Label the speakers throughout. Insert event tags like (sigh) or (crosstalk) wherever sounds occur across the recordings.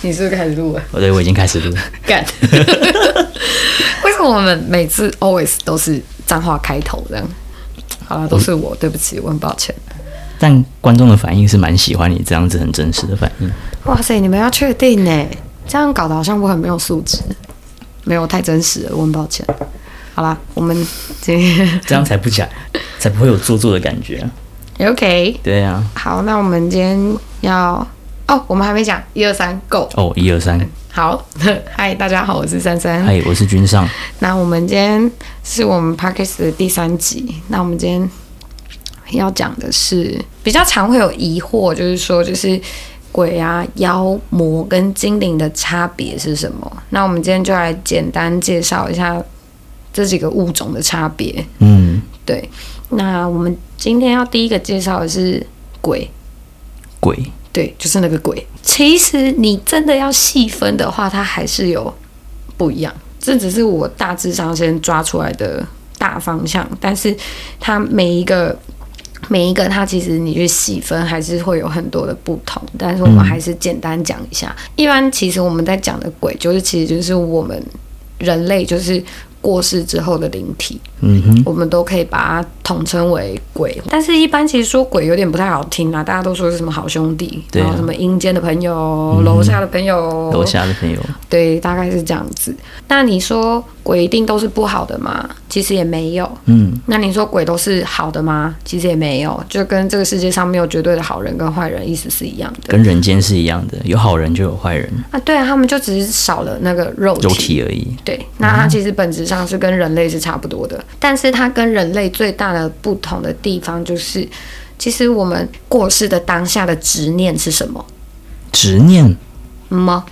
Speaker 1: 你是不是开始录了？
Speaker 2: 哦，对，我已经开始录了。
Speaker 1: (laughs) 干！为什么我们每次 always 都是脏话开头这样？好了，都是我，对不起，我很抱歉。
Speaker 2: (laughs) 但观众的反应是蛮喜欢你这样子很真实的反应。
Speaker 1: 哇塞，你们要确定呢？这样搞得好像我很没有素质，没有太真实了，我很抱歉。好啦，我们今天
Speaker 2: 这样才不假，才不会有做作的感觉、啊。
Speaker 1: (laughs) OK。
Speaker 2: 对啊，
Speaker 1: 好，那我们今天要哦，我们还没讲一二三，Go。
Speaker 2: 哦，一二三，
Speaker 1: 好， (laughs) 嗨，大家好，我是珊珊。
Speaker 2: 嗨，我是君上，
Speaker 1: 那我们今天是我们 p a r k e s 的第三集。那我们今天要讲的是比较常会有疑惑，就是说，就是鬼啊、妖魔跟精灵的差别是什么？那我们今天就来简单介绍一下这几个物种的差别。
Speaker 2: 嗯，
Speaker 1: 对，那我们今天要第一个介绍的是鬼，
Speaker 2: 鬼，
Speaker 1: 对，就是那个鬼。其实你真的要细分的话，它还是有不一样。这只是我大致上先抓出来的大方向，但是它每一个每一个它其实你去细分还是会有很多的不同。但是我们还是简单讲一下。一般其实我们在讲的鬼，就是其实就是我们人类就是过世之后的灵体。
Speaker 2: 嗯哼，
Speaker 1: 我们都可以把它统称为鬼。但是，一般其实说鬼有点不太好听啊，大家都说是什么好兄弟，
Speaker 2: 对啊嗯
Speaker 1: 然后什么阴间的朋友、楼下的朋友，
Speaker 2: 楼下的朋友，
Speaker 1: 对，大概是这样子。那你说鬼一定都是不好的吗？其实也没有。
Speaker 2: 嗯，
Speaker 1: 那你说鬼都是好的吗？其实也没有，就跟这个世界上没有绝对的好人跟坏人意思是一样的
Speaker 2: 跟人间是一样的，有好人就有坏人，
Speaker 1: 啊。对啊，他们就只是少了那个肉体
Speaker 2: 肉体啊而已。
Speaker 1: 对，那它其实本质上是跟人类是差不多的，但是它跟人类最大的不同的地方就是，其实我们过世的当下的执念是什么？
Speaker 2: 执念，
Speaker 1: 嗯吗？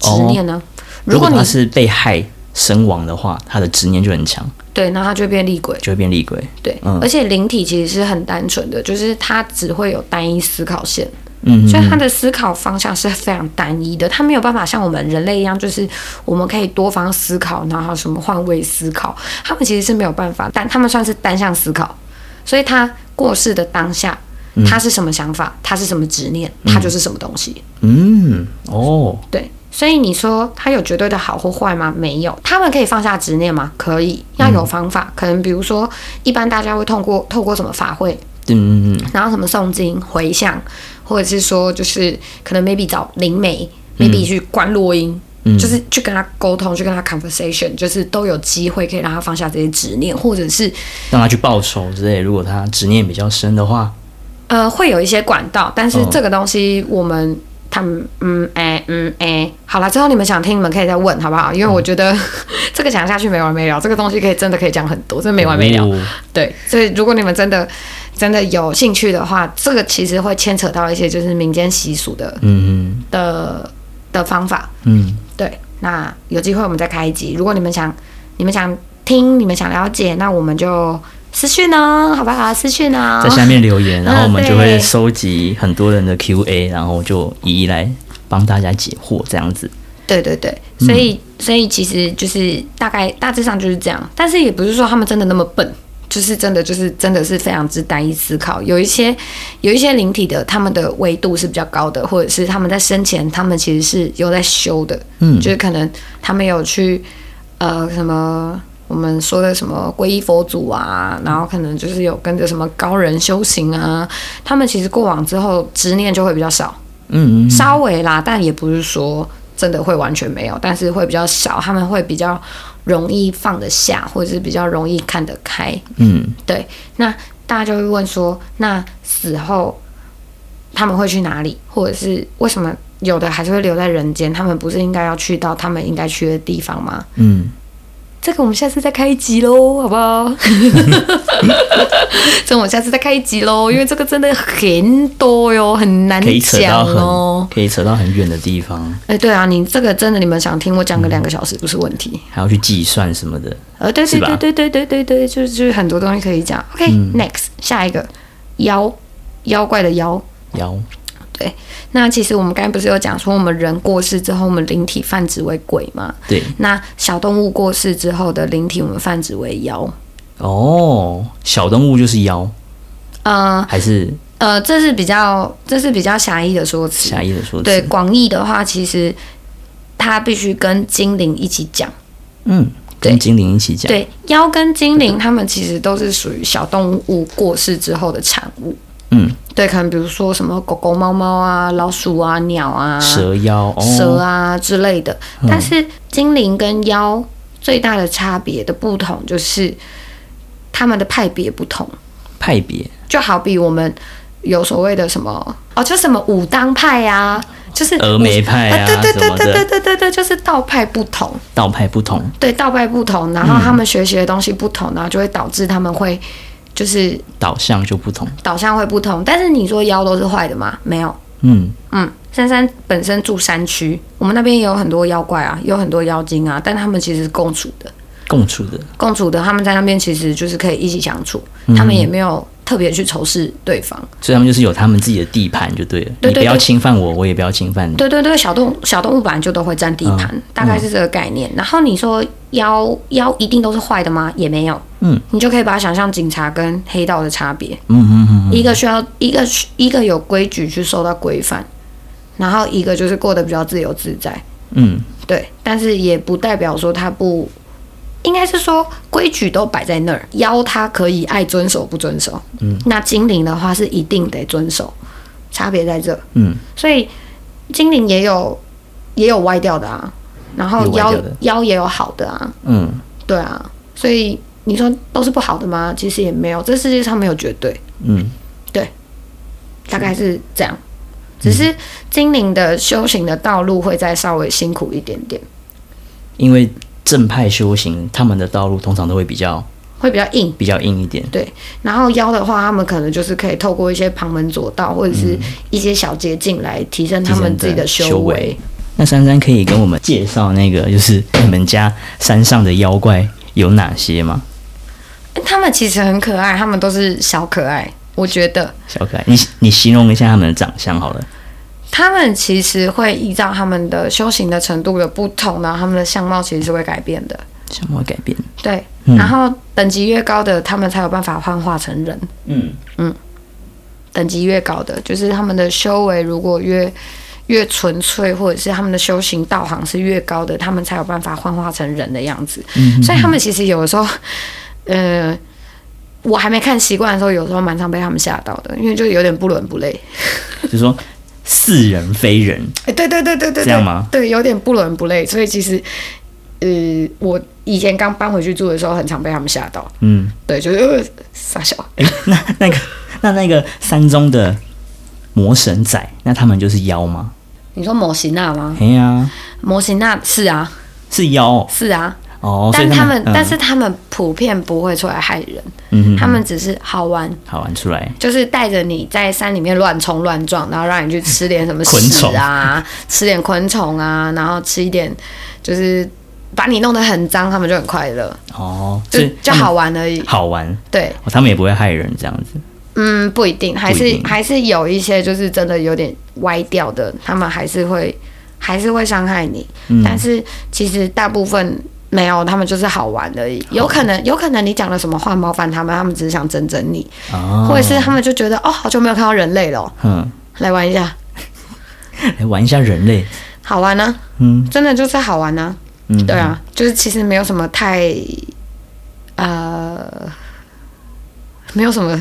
Speaker 1: 执
Speaker 2: 哦
Speaker 1: 念呢？
Speaker 2: 如果
Speaker 1: 你
Speaker 2: 他是被害身亡的话，他的执念就很强，
Speaker 1: 对，那它就会变厉鬼。
Speaker 2: 就会变厉鬼。
Speaker 1: 对，
Speaker 2: 嗯
Speaker 1: 而且灵体其实是很单纯的，就是它只会有单一思考线，
Speaker 2: 嗯
Speaker 1: 所以
Speaker 2: 哼，
Speaker 1: 它的思考方向是非常单一的，它没有办法像我们人类一样，就是我们可以多方思考，然后什么换位思考，他们其实是没有办法，但他们算是单向思考，所以他过世的当下，
Speaker 2: 嗯
Speaker 1: 他是什么想法，他是什么执念，他就是什么东西，
Speaker 2: 嗯，哦，
Speaker 1: 对。所以你说他有绝对的好或坏吗？没有。他们可以放下执念吗？可以，要
Speaker 2: 嗯
Speaker 1: 有方法。可能比如说，一般大家会通过透过什么法会，
Speaker 2: 嗯嗯嗯，
Speaker 1: 然后什么诵经、回向，或者是说就是可能 maybe 找灵媒、m a y b e 去关落音，就是去跟他沟通，去跟他 conversation，就是都有机会可以让他放下这些执念，或者是
Speaker 2: 让他去报仇之类。如果他执念比较深的话，
Speaker 1: 呃会有一些管道，但是
Speaker 2: 哦
Speaker 1: 这个东西我们。他们嗯哎嗯哎，好了，之后你们想听，你们可以再问好不好？因为我觉得、这个讲下去没完没了，这个东西可以真的可以讲很多，真的没完没了。
Speaker 2: 哦
Speaker 1: 对，所以如果你们真的真的有兴趣的话，这个其实会牵扯到一些就是民间习俗的
Speaker 2: 嗯
Speaker 1: 的的方法。
Speaker 2: 嗯嗯，
Speaker 1: 对，那有机会我们再开一集。如果你们想，你们想听，你们想了解，那我们就私讯哦，好不好？私讯哦
Speaker 2: 在。下面留言，然后我们就
Speaker 1: 对
Speaker 2: 会收集很多人的 Q&A，然后就一一来帮大家解惑这样子。
Speaker 1: 对对对，所以、所以其实就是大概大致上就是这样，但是也不是说他们真的那么笨。就是真的，就是真的是非常之单一思考。有一些，有一些灵体的，他们的维度是比较高的，或者是他们在生前，他们其实是有在修的，
Speaker 2: 嗯
Speaker 1: 就是可能他们有去呃什么我们说的什么皈依佛祖啊，然后可能就是有跟着什么高人修行啊，他们其实过往之后执念就会比较少，
Speaker 2: 嗯嗯嗯，
Speaker 1: 稍微啦，但也不是说真的会完全没有，但是会比较少，他们会比较容易放得下，或者是比较容易看得开。
Speaker 2: 嗯，
Speaker 1: 对，那大家就会问说，那死后他们会去哪里，或者是为什么有的还是会留在人间？他们不是应该要去到他们应该去的地方吗？
Speaker 2: 嗯，
Speaker 1: 这个我们下次再开一集喽，好不 (laughs) 好？这个我们下次再开一集喽，因为这个真的很多哟，很难
Speaker 2: 可以扯到
Speaker 1: 讲哦
Speaker 2: 很。可以扯到很远的地方，
Speaker 1: 哎，对啊，你这个真的，你们想听我讲
Speaker 2: 嗯
Speaker 1: 个两个小时不是问题。
Speaker 2: 还要去计算什么的。
Speaker 1: 呃，对对
Speaker 2: 是吧嗯
Speaker 1: 对对对对对对，就是就是很多东西可以讲。OK，next，、下一个妖妖怪的妖，
Speaker 2: 妖，
Speaker 1: 对，那其实我们刚才不是有讲说，我们人过世之后，我们灵体泛指为鬼嘛？
Speaker 2: 对，
Speaker 1: 那小动物过世之后的灵体，我们泛指为妖。
Speaker 2: 哦，小动物就是妖，
Speaker 1: 呃
Speaker 2: 还是
Speaker 1: 呃，这是比较这是比较狭义的说辞。
Speaker 2: 狭义的说
Speaker 1: 对
Speaker 2: 辞？
Speaker 1: 广义的话，其实它必须跟精灵一起讲。
Speaker 2: 嗯，跟
Speaker 1: 对
Speaker 2: 精灵一起讲。
Speaker 1: 对，妖跟精灵，它们其实都是属于小动物过世之后的产物。
Speaker 2: 嗯，
Speaker 1: 对，可能比如说什么狗狗、猫猫啊、老鼠啊、鸟啊、
Speaker 2: 蛇妖，哦、嗯
Speaker 1: 蛇啊之类的。但是精灵跟妖最大的差别的不同就是他们的派别不同，
Speaker 2: 派别，
Speaker 1: 就好比我们有所谓的什么哦，就什么武当派啊，就是呃
Speaker 2: 峨眉派啊
Speaker 1: 对对
Speaker 2: 什
Speaker 1: 对
Speaker 2: 么的
Speaker 1: 对对对对对，就是道派不同，
Speaker 2: 道派不同，
Speaker 1: 对道派不同，然后他们学习的东西不同，然后就会导致他们会就是
Speaker 2: 导向就不同。
Speaker 1: 导向会不同。但是你说妖都是坏的吗？没有，
Speaker 2: 嗯，
Speaker 1: 嗯，珊珊本身住山区，我们那边也有很多妖怪啊，也有很多妖精啊，但他们其实是共处的，
Speaker 2: 共处的，
Speaker 1: 共处的，他们在那边其实就是可以一起相处，他们也没有特别去仇视对方。
Speaker 2: 所以他们就是有他们自己的地盘就对了。
Speaker 1: 对对
Speaker 2: 你不要
Speaker 1: 对
Speaker 2: 侵犯我，我也不要侵犯你。
Speaker 1: 对对对，小动小动物本来就都会占地盘，
Speaker 2: 嗯
Speaker 1: 大概是这个概念。然后你说妖妖一定都是坏的吗？也没有，
Speaker 2: 嗯，
Speaker 1: 你就可以把它想象警察跟黑道的差别，
Speaker 2: 嗯嗯嗯
Speaker 1: 一个需要一个一个有规矩去受到规范，然后一个就是过得比较自由自在。
Speaker 2: 嗯，
Speaker 1: 对，但是也不代表说他不，应该是说规矩都摆在那儿，妖他可以爱遵守不遵守，嗯，那精灵的话是一定得遵守，差别在这，
Speaker 2: 嗯，
Speaker 1: 所以精灵也有也有歪掉的啊，然后
Speaker 2: 有歪
Speaker 1: 妖
Speaker 2: 掉的
Speaker 1: 妖也有好的啊，
Speaker 2: 嗯
Speaker 1: 对啊，所以你说都是不好的吗？其实也没有，这世界上没有绝对，
Speaker 2: 嗯
Speaker 1: 大概是这样，只是精灵的修行的道路会再稍微辛苦一点点，
Speaker 2: 嗯，因为正派修行，他们的道路通常都会比较
Speaker 1: 会比较硬。
Speaker 2: 比较硬一点。
Speaker 1: 对，然后妖的话，他们可能就是可以透过一些旁门左道或者是一些小捷径来嗯提升他们自己的修为。。
Speaker 2: 那珊珊可以跟我们介绍那个， (laughs) 就是你们家山上的妖怪有哪些吗？
Speaker 1: 诶他们其实很可爱，他们都是小可爱。我觉得
Speaker 2: 小可爱，你你形容一下他们的长相好了。
Speaker 1: 他们其实会依照他们的修行的程度的不同，然后他们的相貌其实是会改变的。
Speaker 2: 什么改变？
Speaker 1: 对，然后等级越高的，他们才有办法幻化成人。
Speaker 2: 嗯
Speaker 1: 等级越高的，就是他们的修为如果越越纯粹，或者是他们的修行道行是越高的，他们才有办法幻化成人的样子。所以他们其实有的时候，呃，我还没看习惯的时候，有时候蛮常被他们吓到的，因为就有点不伦不类。
Speaker 2: 就是说似人非人，
Speaker 1: 哎，对对对对对，
Speaker 2: 这样吗？
Speaker 1: 对，有点不伦不类，所以其实，呃，我以前刚搬回去住的时候，很常被他们吓到。
Speaker 2: 嗯，哎
Speaker 1: 对，就是、呃、傻笑。
Speaker 2: 那那个那那个山中的魔神仔，那他们就是妖吗？
Speaker 1: 你说模型娜吗？
Speaker 2: 哎呀、
Speaker 1: 模型娜是啊，
Speaker 2: 是妖哦
Speaker 1: 是啊，
Speaker 2: 哦，所以
Speaker 1: 但他们，
Speaker 2: 嗯
Speaker 1: 但是他们普遍不会出来害人，
Speaker 2: 嗯哼
Speaker 1: 他们只是好玩，
Speaker 2: 好玩出来，
Speaker 1: 就是带着你在山里面乱冲乱撞，然后让你去吃点什么
Speaker 2: 昆虫
Speaker 1: 屎啊，吃点昆虫啊，然后吃一点，就是把你弄得很脏，他们就很快乐，
Speaker 2: 哦，
Speaker 1: 就
Speaker 2: 所以
Speaker 1: 就
Speaker 2: 他们
Speaker 1: 好玩而已。
Speaker 2: 好玩、
Speaker 1: 对，
Speaker 2: 哦，他们也不会害人这样子。
Speaker 1: 嗯，不一定，还
Speaker 2: 不一
Speaker 1: 是
Speaker 2: 定
Speaker 1: 还是有一些就是真的有点歪掉的，他们还是会还是会伤害你，
Speaker 2: 嗯
Speaker 1: 但是其实大部分没有，他们就是好玩而已。有可能有可能你讲了什么话冒犯他们，他们只是想整整你，
Speaker 2: 哦，
Speaker 1: 或者是他们就觉得哦好久没有看到人类了哦，
Speaker 2: 嗯，
Speaker 1: 来玩一下，
Speaker 2: 来玩一下人类，
Speaker 1: 好玩呢、
Speaker 2: 嗯
Speaker 1: 真的就是好玩呢、
Speaker 2: 嗯，
Speaker 1: 对，啊，就是其实没有什么太呃，没有什么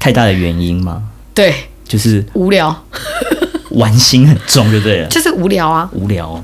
Speaker 2: 太大的原因吗？
Speaker 1: 对
Speaker 2: 就是
Speaker 1: 无聊，
Speaker 2: 玩心很重就对了，
Speaker 1: 就是无聊啊。
Speaker 2: 无聊，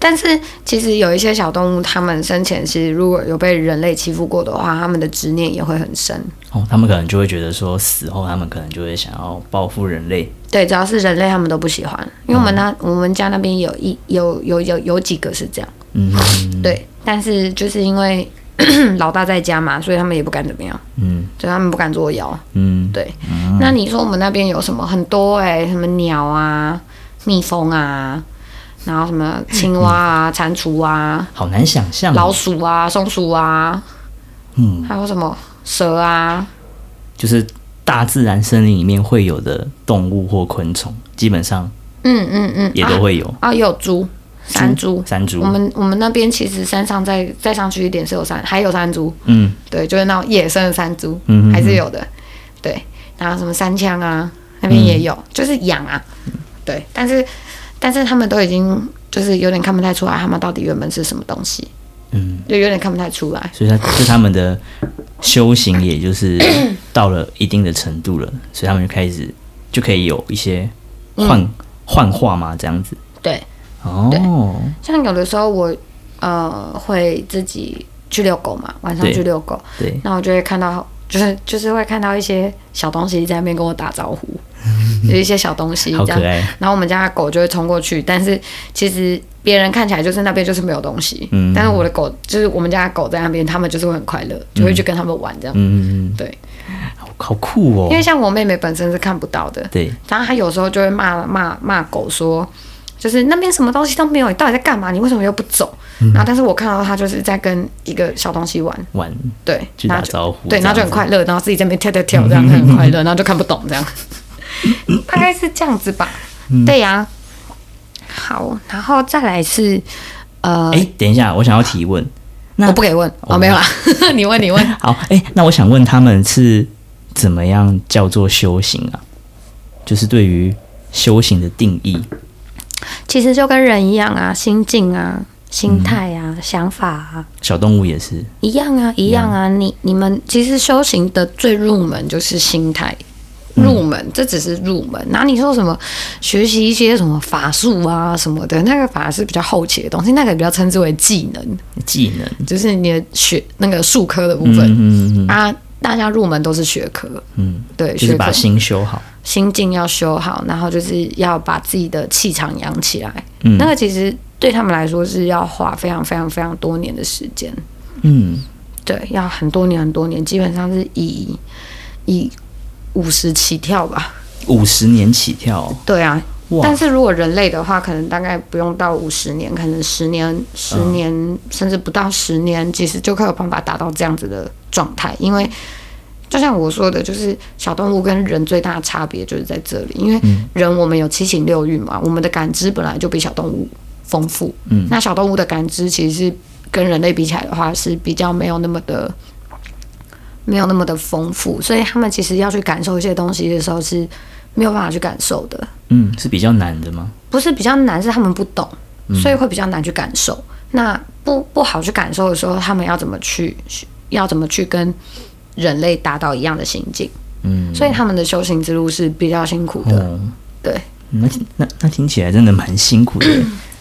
Speaker 1: 但是其实有一些小动物，它们生前其实如果有被人类欺负过的话，它们的执念也会很深。
Speaker 2: 哦，他们可能就会觉得说死后他们可能就会想要报复人类，
Speaker 1: 对，只要是人类，他们都不喜
Speaker 2: 嗯
Speaker 1: 欢，因为我们那、我们家那边有一有有有有几个是这样，
Speaker 2: 嗯，
Speaker 1: 对，但是就是因为 (coughs) 老大在家嘛，所以他们也不敢怎么样，
Speaker 2: 嗯
Speaker 1: 所以他们不敢作妖。
Speaker 2: 嗯，
Speaker 1: 对，那你说我们那边有什么很多哎、什么鸟啊、蜜蜂啊，然后什么青蛙
Speaker 2: (laughs)
Speaker 1: 啊、蟾蜍啊、
Speaker 2: 好难想象哦，
Speaker 1: 老鼠啊、松鼠啊，
Speaker 2: 嗯，
Speaker 1: 还有什么蛇啊？
Speaker 2: 就是大自然森林里面会有的动物或昆虫，基本上
Speaker 1: 嗯嗯嗯，
Speaker 2: 也都会有。
Speaker 1: 啊，啊也有猪，山猪。
Speaker 2: 山猪
Speaker 1: 我，们我们那边其实山上再再上去一点是有山，还有山猪，
Speaker 2: 嗯
Speaker 1: 对，就是那种野生的山猪，
Speaker 2: 嗯哼哼
Speaker 1: 还是有的，对。然后什么山枪啊，那边也有，
Speaker 2: 嗯
Speaker 1: 就是羊啊，对。但是但是他们都已经就是有点看不太出来，他们到底原本是什么东西，
Speaker 2: 嗯，
Speaker 1: 就有点看不太出来。
Speaker 2: 所以他就他们的修行，也就是
Speaker 1: (coughs)
Speaker 2: 到了一定的程度了，所以他们就开始就可以有一些
Speaker 1: 嗯
Speaker 2: 幻、幻化嘛，这样子。
Speaker 1: 对，
Speaker 2: 哦，
Speaker 1: 像有的时候我呃会自己去遛狗嘛，晚上
Speaker 2: 对
Speaker 1: 去遛狗，
Speaker 2: 对，
Speaker 1: 那我就会看到，就是就是会看到一些小东西在那边跟我打招
Speaker 2: (laughs)
Speaker 1: 呼，有一些小东西
Speaker 2: 好
Speaker 1: 这
Speaker 2: 可
Speaker 1: 样。
Speaker 2: 爱。
Speaker 1: 然后我们家的狗就会冲过去，但是其实别人看起来就是那边就是没有东西，
Speaker 2: 嗯
Speaker 1: 但是我的狗就是我们家的狗在那边，他们就是会很快乐，就会去跟他们玩这样。
Speaker 2: 嗯，嗯嗯
Speaker 1: 对，
Speaker 2: 好好酷哦
Speaker 1: 因。为像我妹妹本身是看不到的，
Speaker 2: 对，
Speaker 1: 然后她有时候就会骂骂骂狗说，就是那边什么东西都没有，你到底在干嘛？你为什么又不走？
Speaker 2: 嗯
Speaker 1: 然后但是我看到她就是在跟一个小东西玩，
Speaker 2: 玩
Speaker 1: 对，
Speaker 2: 去
Speaker 1: 然
Speaker 2: 打
Speaker 1: 后就
Speaker 2: 招呼，
Speaker 1: 对，
Speaker 2: 这
Speaker 1: 然
Speaker 2: 样
Speaker 1: 后就很
Speaker 2: 子
Speaker 1: 快乐，然后自己在那边跳跳跳，这样很快乐，然后就看不懂这
Speaker 2: (laughs)
Speaker 1: 样，大概是这样子吧。
Speaker 2: 嗯
Speaker 1: 对呀、好，然后再来是呃，
Speaker 2: 哎、等一下，我想要提问。那
Speaker 1: 我不给问哦，没有啦， (laughs) 你问你问，
Speaker 2: 好，哎、那我想问他们是怎么样叫做修行啊？就是对于修行的定义。
Speaker 1: 其实就跟人一样啊，心境啊、心态啊、
Speaker 2: 嗯
Speaker 1: 想法啊。
Speaker 2: 小动物也是，
Speaker 1: 一样啊，一样啊！你你们其实修行的最入门就是心态，
Speaker 2: 嗯
Speaker 1: 入门、这只是入门。然后你说什么学习一些什么法术啊什么的，那个法是比较后期的东西，那个比较称之为技能，
Speaker 2: 技能。
Speaker 1: 就是你的学那个术科的部分、
Speaker 2: 嗯嗯嗯
Speaker 1: 啊。大家入门都是学科，
Speaker 2: 嗯，
Speaker 1: 对，
Speaker 2: 就是
Speaker 1: 学科
Speaker 2: 把心修好。
Speaker 1: 心境要修好，然后就是要把自己的气场养起来。
Speaker 2: 嗯
Speaker 1: 那个其实对他们来说是要花非常非常非常多年的时间。
Speaker 2: 嗯，
Speaker 1: 对，要很多年很多年，基本上是以以五十起跳吧。
Speaker 2: 五十年起跳哦、
Speaker 1: 对啊，
Speaker 2: 哇
Speaker 1: 但是如果人类的话，可能大概不用到五十年，可能十年、十年、甚至不到十年，其实就可以有办法达到这样子的状态。因为就像我说的，就是小动物跟人最大的差别就是在这里，因为人我们有七情六欲嘛，我们的感知本来就比小动物丰富。嗯，那小动物的感知其实是跟人类比起来的话，是比较没有那么的。没有那么的丰富，所以他们其实要去感受一些东西的时候是没有办法去感受的。
Speaker 2: 嗯，是比较难的吗？
Speaker 1: 不是比较难，是他们不懂，
Speaker 2: 嗯
Speaker 1: 所以会比较难去感受。那不不好去感受的时候，他们要怎么去，要怎么去跟人类达到一样的心境？
Speaker 2: 嗯，
Speaker 1: 所以他们的修行之路是比较辛苦的。
Speaker 2: 哦，
Speaker 1: 对，
Speaker 2: 那那那听起来真的蛮辛苦的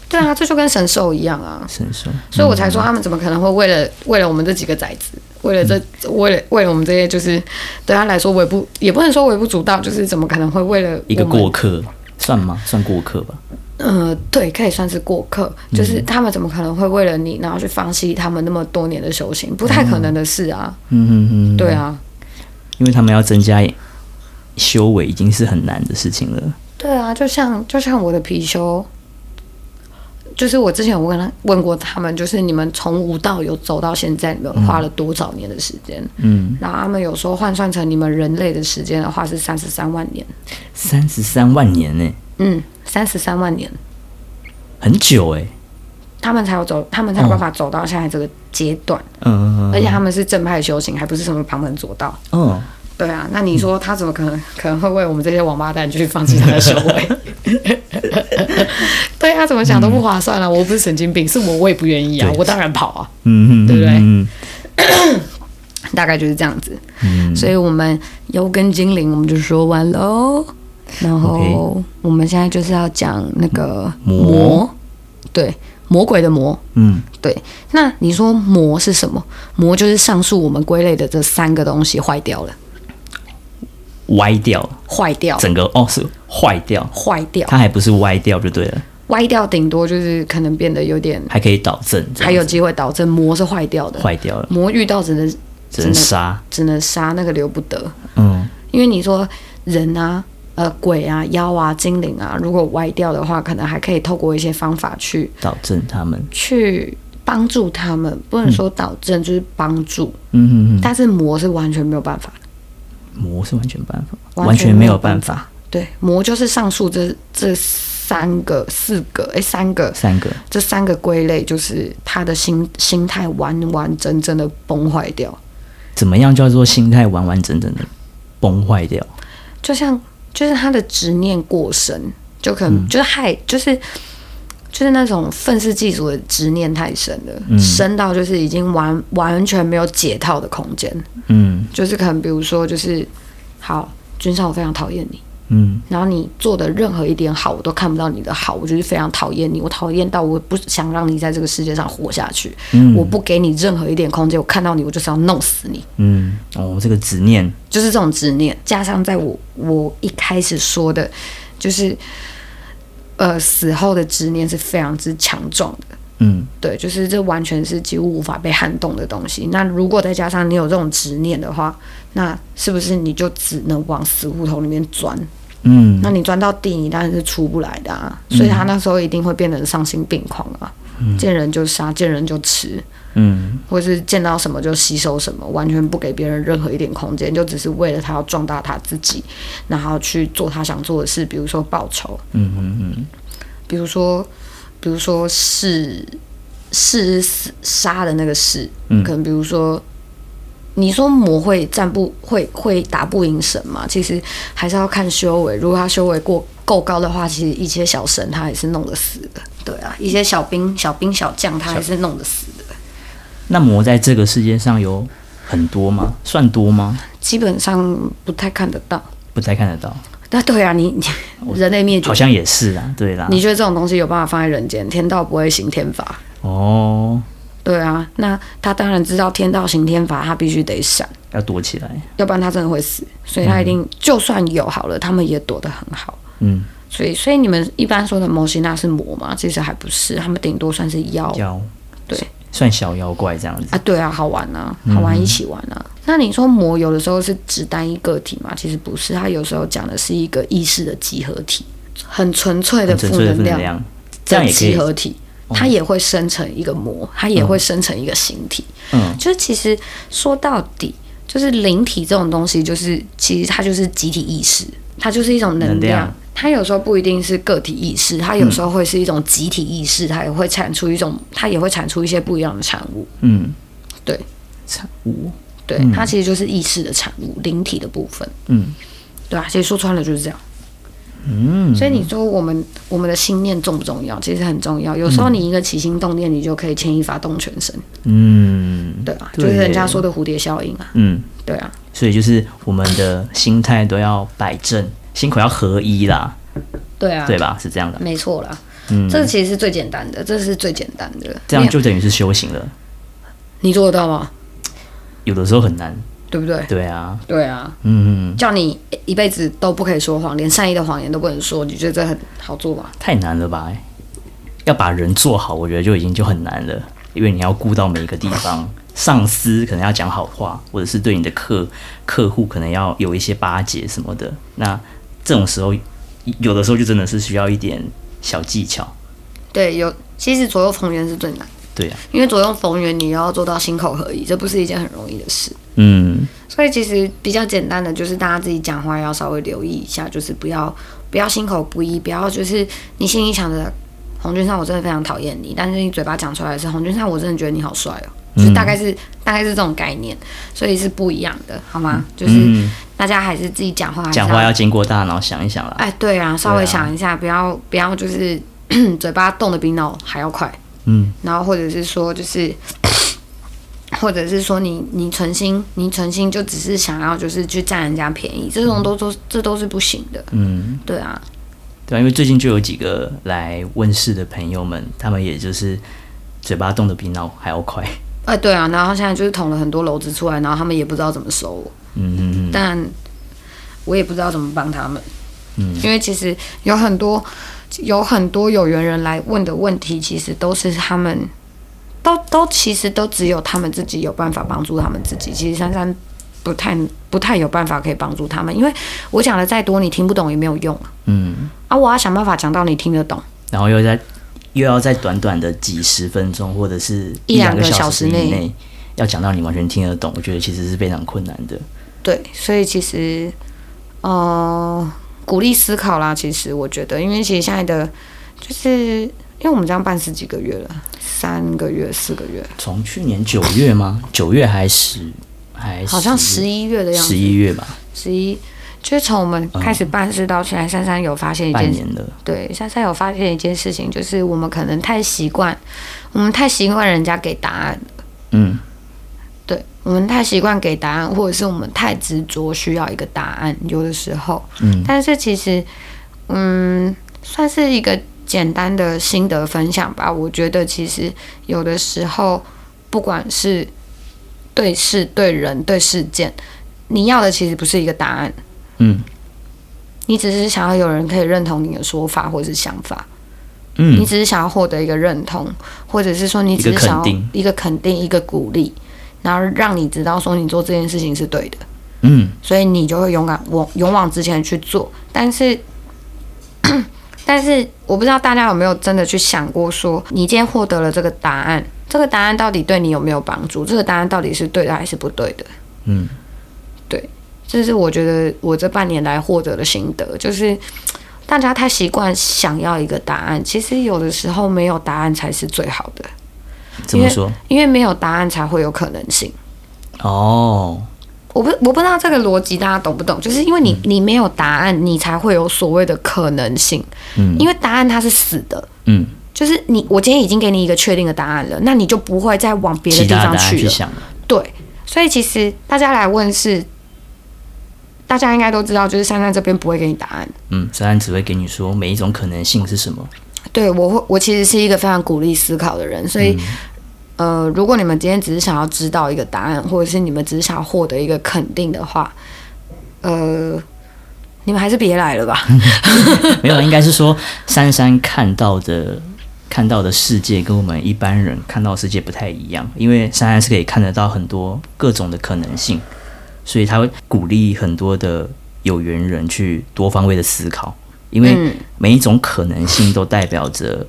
Speaker 1: 对啊，这就跟神兽一样啊，
Speaker 2: 神兽。
Speaker 1: 所以我
Speaker 2: 嗯
Speaker 1: 才说他们怎么可能会为了为了我们这几个崽子，为了这
Speaker 2: 嗯
Speaker 1: 为了为了我们这些就是对他来说微不也不能说微不足道，就是怎么可能会为了
Speaker 2: 一个
Speaker 1: 我们
Speaker 2: 过客算吗？算过客吧。
Speaker 1: 呃，对，可以算是过客，
Speaker 2: 嗯
Speaker 1: 就是他们怎么可能会为了你，然后去放弃他们那么多年的修行？不太可能的事啊，
Speaker 2: 嗯嗯嗯，
Speaker 1: 对啊，
Speaker 2: 因为他们要增加修为已经是很难的事情了。
Speaker 1: 对啊，就像就像我的貔貅，就是我之前有问他问过他们，就是你们从无到有走到现在，你们花了多少年的时间？
Speaker 2: 嗯，
Speaker 1: 然后他们有时候换算成你们人类的时间的话是三十三万年，
Speaker 2: 三十三万年呢、
Speaker 1: 嗯，三十三万年，
Speaker 2: 很久哎、
Speaker 1: 他们才有走，他们
Speaker 2: 哦
Speaker 1: 才有办法走到现在这个阶段，
Speaker 2: 嗯嗯
Speaker 1: 而且他们是正派修行，还不是什么旁门左道。
Speaker 2: 嗯，
Speaker 1: 对啊，那你说他怎么可能、 (laughs) 可能会为我们这些王八蛋去放弃他的修为？ (laughs) 对啊，怎么想都不划算啊！我又不是神经病，是我我也不愿意啊，
Speaker 2: 对
Speaker 1: 我当然跑啊，
Speaker 2: 嗯嗯，
Speaker 1: 对不对
Speaker 2: 嗯
Speaker 1: 大概就是这样子。
Speaker 2: 嗯
Speaker 1: 所以我们妖跟精灵我们就说完喽，然后
Speaker 2: OK
Speaker 1: 我们现在就是要讲那个
Speaker 2: 魔
Speaker 1: 对，魔鬼的魔。
Speaker 2: 嗯，
Speaker 1: 对，那你说魔是什么？魔就是上述我们归类的这三个东西坏掉了，
Speaker 2: 歪掉，
Speaker 1: 坏掉，
Speaker 2: 整个哦是坏掉，
Speaker 1: 坏掉。
Speaker 2: 它还不是歪掉就对了。
Speaker 1: 歪掉顶多就是可能变得有点，
Speaker 2: 还可以导正，这样子
Speaker 1: 还有机会导致膜是坏掉的，
Speaker 2: 坏掉了，
Speaker 1: 膜遇到只能
Speaker 2: 只能杀。
Speaker 1: 只能杀，那个留不得。
Speaker 2: 嗯，
Speaker 1: 因为你说人啊、呃鬼啊、妖啊、精灵啊，如果歪掉的话，可能还可以透过一些方法去
Speaker 2: 导正他们。
Speaker 1: 去帮助他们，不能说导正，就是帮助。
Speaker 2: 嗯嗯嗯，
Speaker 1: 但是魔是完全没有办法的，
Speaker 2: 魔是完全办法，
Speaker 1: 完
Speaker 2: 完全没有
Speaker 1: 办
Speaker 2: 办法。。
Speaker 1: 对，魔就是上述这这三个、四个，哎、三个。
Speaker 2: 三个，
Speaker 1: 这三个归类就是他的心心态完完整整的崩坏掉，
Speaker 2: 怎么样叫做心态完完整整的崩坏掉？
Speaker 1: 就像就是他的执念过深，就可能、就是害就是就是那种愤世嫉俗的执念太深了，深到就是已经完完全没有解套的空间。
Speaker 2: 嗯
Speaker 1: 就是可能比如说就是好，君上我非常讨厌你，
Speaker 2: 嗯
Speaker 1: 然后你做的任何一点好，我都看不到你的好，我就是非常讨厌你，我讨厌到我不想让你在这个世界上活下去，
Speaker 2: 嗯
Speaker 1: 我不给你任何一点空间，我看到你我就是要弄死你。
Speaker 2: 嗯，哦，这个执念，
Speaker 1: 就是这种执念，加上在我我一开始说的，就是呃死后的执念是非常之强壮的，
Speaker 2: 嗯
Speaker 1: 对，就是这完全是几乎无法被撼动的东西。那如果再加上你有这种执念的话，那是不是你就只能往死胡同里面钻？
Speaker 2: 嗯
Speaker 1: 那你钻到地，你当然是出不来的啊。所以他那时候一定会变得丧心病狂啊，见人就杀，见人就吃。
Speaker 2: 嗯
Speaker 1: 或是见到什么就吸收什么，完全不给别人任何一点空间，就只是为了他要壮大他自己，然后去做他想做的事，比如说报仇，
Speaker 2: 嗯嗯嗯，
Speaker 1: 比如说，比如说是是杀的那个事，
Speaker 2: 嗯
Speaker 1: 可能比如说。你说魔会战不会会打不赢神嘛？其实还是要看修为。如果他修为过够高的话，其实一些小神他还是弄得死的。对啊，一些小兵、小兵、小将他还是弄得死的。
Speaker 2: 那魔在这个世界上有很多吗？算多吗？
Speaker 1: 基本上不太看得到。
Speaker 2: 不太看得到，
Speaker 1: 那对啊，你你 (laughs) 人类灭绝
Speaker 2: 好，像也是啊，对啦。
Speaker 1: 你觉得这种东西有办法放在人间？天道不会行天法，
Speaker 2: 哦，
Speaker 1: 对啊。那他当然知道天道行天法，他必须得闪，
Speaker 2: 要躲起来。
Speaker 1: 要不然他真的会死。所以他一定、就算有好了，他们也躲得很好。
Speaker 2: 嗯，
Speaker 1: 所以，所以你们一般说的摩西那是魔嘛？其实还不是，他们顶多算是妖
Speaker 2: 妖，
Speaker 1: 对，
Speaker 2: 算小妖怪这样子。
Speaker 1: 啊。对啊，好玩啊，
Speaker 2: 嗯
Speaker 1: 好玩一起玩啊。那你说魔有的时候是指单一个体嘛？其实不是，它有时候讲的是一个意识的集合体，很纯粹的
Speaker 2: 很
Speaker 1: 负
Speaker 2: 纯粹的
Speaker 1: 能
Speaker 2: 负能
Speaker 1: 量。
Speaker 2: 量，这样
Speaker 1: 的
Speaker 2: 也可以哦
Speaker 1: 集。合体，它也会生成一个膜，它也会生成一个形体。
Speaker 2: 嗯
Speaker 1: 就是其实说到底，就是灵体这种东西，就是其实它就是集体意识，它就是一种能
Speaker 2: 能
Speaker 1: 量
Speaker 2: 量。
Speaker 1: 它有时候不一定是个体意识，它有时候会是一种集体意识，它也会产出一种，它也会产出一些不一样的产物。
Speaker 2: 嗯，
Speaker 1: 对，
Speaker 2: 产物。
Speaker 1: 对，它其实就是意识的产物，灵体的部分。
Speaker 2: 嗯
Speaker 1: 对啊，其实说穿了就是这样。
Speaker 2: 嗯，
Speaker 1: 所以你说我们我们的心念重不重要？其实很重要。有时候你一个起心动念，你就可以牵一发动全身。
Speaker 2: 嗯
Speaker 1: 对啊，
Speaker 2: 对
Speaker 1: 就是人家说的蝴蝶效应啊，
Speaker 2: 嗯，
Speaker 1: 对啊，
Speaker 2: 所以就是我们的心态都要摆正，心口要合一啦，
Speaker 1: 对啊，
Speaker 2: 对？吧？是这样的。
Speaker 1: 没错啦，
Speaker 2: 嗯，
Speaker 1: 这其实是最简单的，这是最简单的。
Speaker 2: 这样就等于是修行了。
Speaker 1: 你做得到吗？
Speaker 2: 有的时候很难，
Speaker 1: 对不对？
Speaker 2: 对啊，
Speaker 1: 对啊，
Speaker 2: 嗯，
Speaker 1: 叫你一辈子都不可以说谎，连善意的谎言都不能说，你觉得这很好做吗？
Speaker 2: 太难了吧？要把人做好，我觉得就已经就很难了，因为你要顾到每一个地方，上司可能要讲好话，或者是对你的客客户可能要有一些巴结什么的。那这种时候，有的时候就真的是需要一点小技巧，
Speaker 1: 对，有其实左右逢源是最难，
Speaker 2: 对啊，
Speaker 1: 因为左右逢源你要做到心口合一，这不是一件很容易的事。
Speaker 2: 嗯
Speaker 1: 所以其实比较简单的就是大家自己讲话要稍微留意一下，就是不要不要心口不一，不要就是你心里想着红军上我真的非常讨厌你，但是你嘴巴讲出来的是红军上我真的觉得你好帅哦，
Speaker 2: 嗯
Speaker 1: 就是大概是、大概是这种概念，所以是不一样的，好吗？就是
Speaker 2: 嗯，
Speaker 1: 大家还是自己讲话还是
Speaker 2: 讲话要经过大脑想一想啦，
Speaker 1: 哎对啊，稍微
Speaker 2: 对啊
Speaker 1: 想一下，不要不要就是 (coughs) 嘴巴动的比脑还要快。
Speaker 2: 嗯
Speaker 1: 然后或者是说就是， (coughs) 或者是说你你存心你存心就只是想要就是去占人家便宜，这种都都这都是不行的，
Speaker 2: 嗯。
Speaker 1: 对啊，
Speaker 2: 对啊，因为最近就有几个来问世的朋友们，他们也就是嘴巴动得比脑还要快。
Speaker 1: 哎对啊，然后现在就是捅了很多篓子出来，然后他们也不知道怎么收我，
Speaker 2: 嗯嗯嗯，
Speaker 1: 但我也不知道怎么帮他们，
Speaker 2: 嗯
Speaker 1: 因为其实有很多有很多有缘人来问的问题，其实都是他们都都其实都只有他们自己有办法帮助他们自己。其实珊珊不太不太有办法可以帮助他们，因为我讲的再多，你听不懂也没有用啊
Speaker 2: 嗯，
Speaker 1: 啊！我要想办法讲到你听得懂。
Speaker 2: 然后又在又要在短短的几十分钟或者是
Speaker 1: 一
Speaker 2: 两
Speaker 1: 两个
Speaker 2: 小
Speaker 1: 小时
Speaker 2: 以
Speaker 1: 内
Speaker 2: 内，要讲到你完全听得懂，我觉得其实是非常困难的。
Speaker 1: 对，所以其实呃，鼓励思考啦。其实我觉得，因为其实现在的就是因为我们这样办十几个月了，三个月、四个月，
Speaker 2: 从去年九月吗？九月还是还
Speaker 1: 好像十一月的样子，
Speaker 2: 十一月吧，
Speaker 1: 十一。就是从我们开始办事到现在，珊珊有发现一
Speaker 2: 半
Speaker 1: 件
Speaker 2: 年了。
Speaker 1: 对，珊珊有发现一件事情，就是我们可能太习惯，我们太习惯人家给答案，
Speaker 2: 嗯，
Speaker 1: 对我们太习惯给答案，或者是我们太执着需要一个答案，有的时候，
Speaker 2: 嗯
Speaker 1: 但是其实，嗯，算是一个简单的心得分享吧。我觉得其实有的时候，不管是对事、对人、对事件，你要的其实不是一个答案，
Speaker 2: 嗯
Speaker 1: 你只是想要有人可以认同你的说法或是想法。你
Speaker 2: 嗯，
Speaker 1: 只是想要获得一个认同，或者是说你只是
Speaker 2: 一个肯
Speaker 1: 想要
Speaker 2: 定
Speaker 1: 一个肯定、一个鼓励，然后让你知道说你做这件事情是对的，
Speaker 2: 嗯，
Speaker 1: 所以你就会勇敢往勇往直前去做。但是， (coughs) 但是我不知道大家有没有真的去想过说，你今天获得了这个答案，这个答案到底对你有没有帮助？这个答案到底是对的还是不对的？
Speaker 2: 嗯，
Speaker 1: 对，这是我觉得我这半年来获得的心得，就是嘖大家太习惯想要一个答案，其实有的时候没有答案才是最好的，
Speaker 2: 怎么说？
Speaker 1: 因为没有答案才会有可能性。
Speaker 2: 哦，
Speaker 1: 我不我不知道这个逻辑大家懂不懂，就是因为你你没有答案，你才会有所谓的可能性，
Speaker 2: 嗯
Speaker 1: 因为答案它是死的。
Speaker 2: 嗯，
Speaker 1: 就是你，我今天已经给你一个确定的答案了，那你就不会再往别的
Speaker 2: 其
Speaker 1: 地
Speaker 2: 他的
Speaker 1: 方
Speaker 2: 答案
Speaker 1: 去
Speaker 2: 去
Speaker 1: 了。
Speaker 2: 想，
Speaker 1: 对，所以其实大家来问是，大家应该都知道，就是珊珊这边不会给你答案。
Speaker 2: 嗯，虽然只会给你说每一种可能性是什么， (laughs)
Speaker 1: 对我会，我其实是一个非常鼓励思考的人，所以、呃，如果你们今天只是想要知道一个答案，或者是你们只是想要获得一个肯定的话，呃，你们还是别来了吧。
Speaker 2: 没有，应该是说珊珊看到的看到的世界跟我们一般人看到的世界不太一样，因为珊珊是可以看得到很多各种的可能性，所以她会鼓励很多的有缘人去多方位的思考，因为
Speaker 1: 嗯
Speaker 2: 每一种可能性都代表着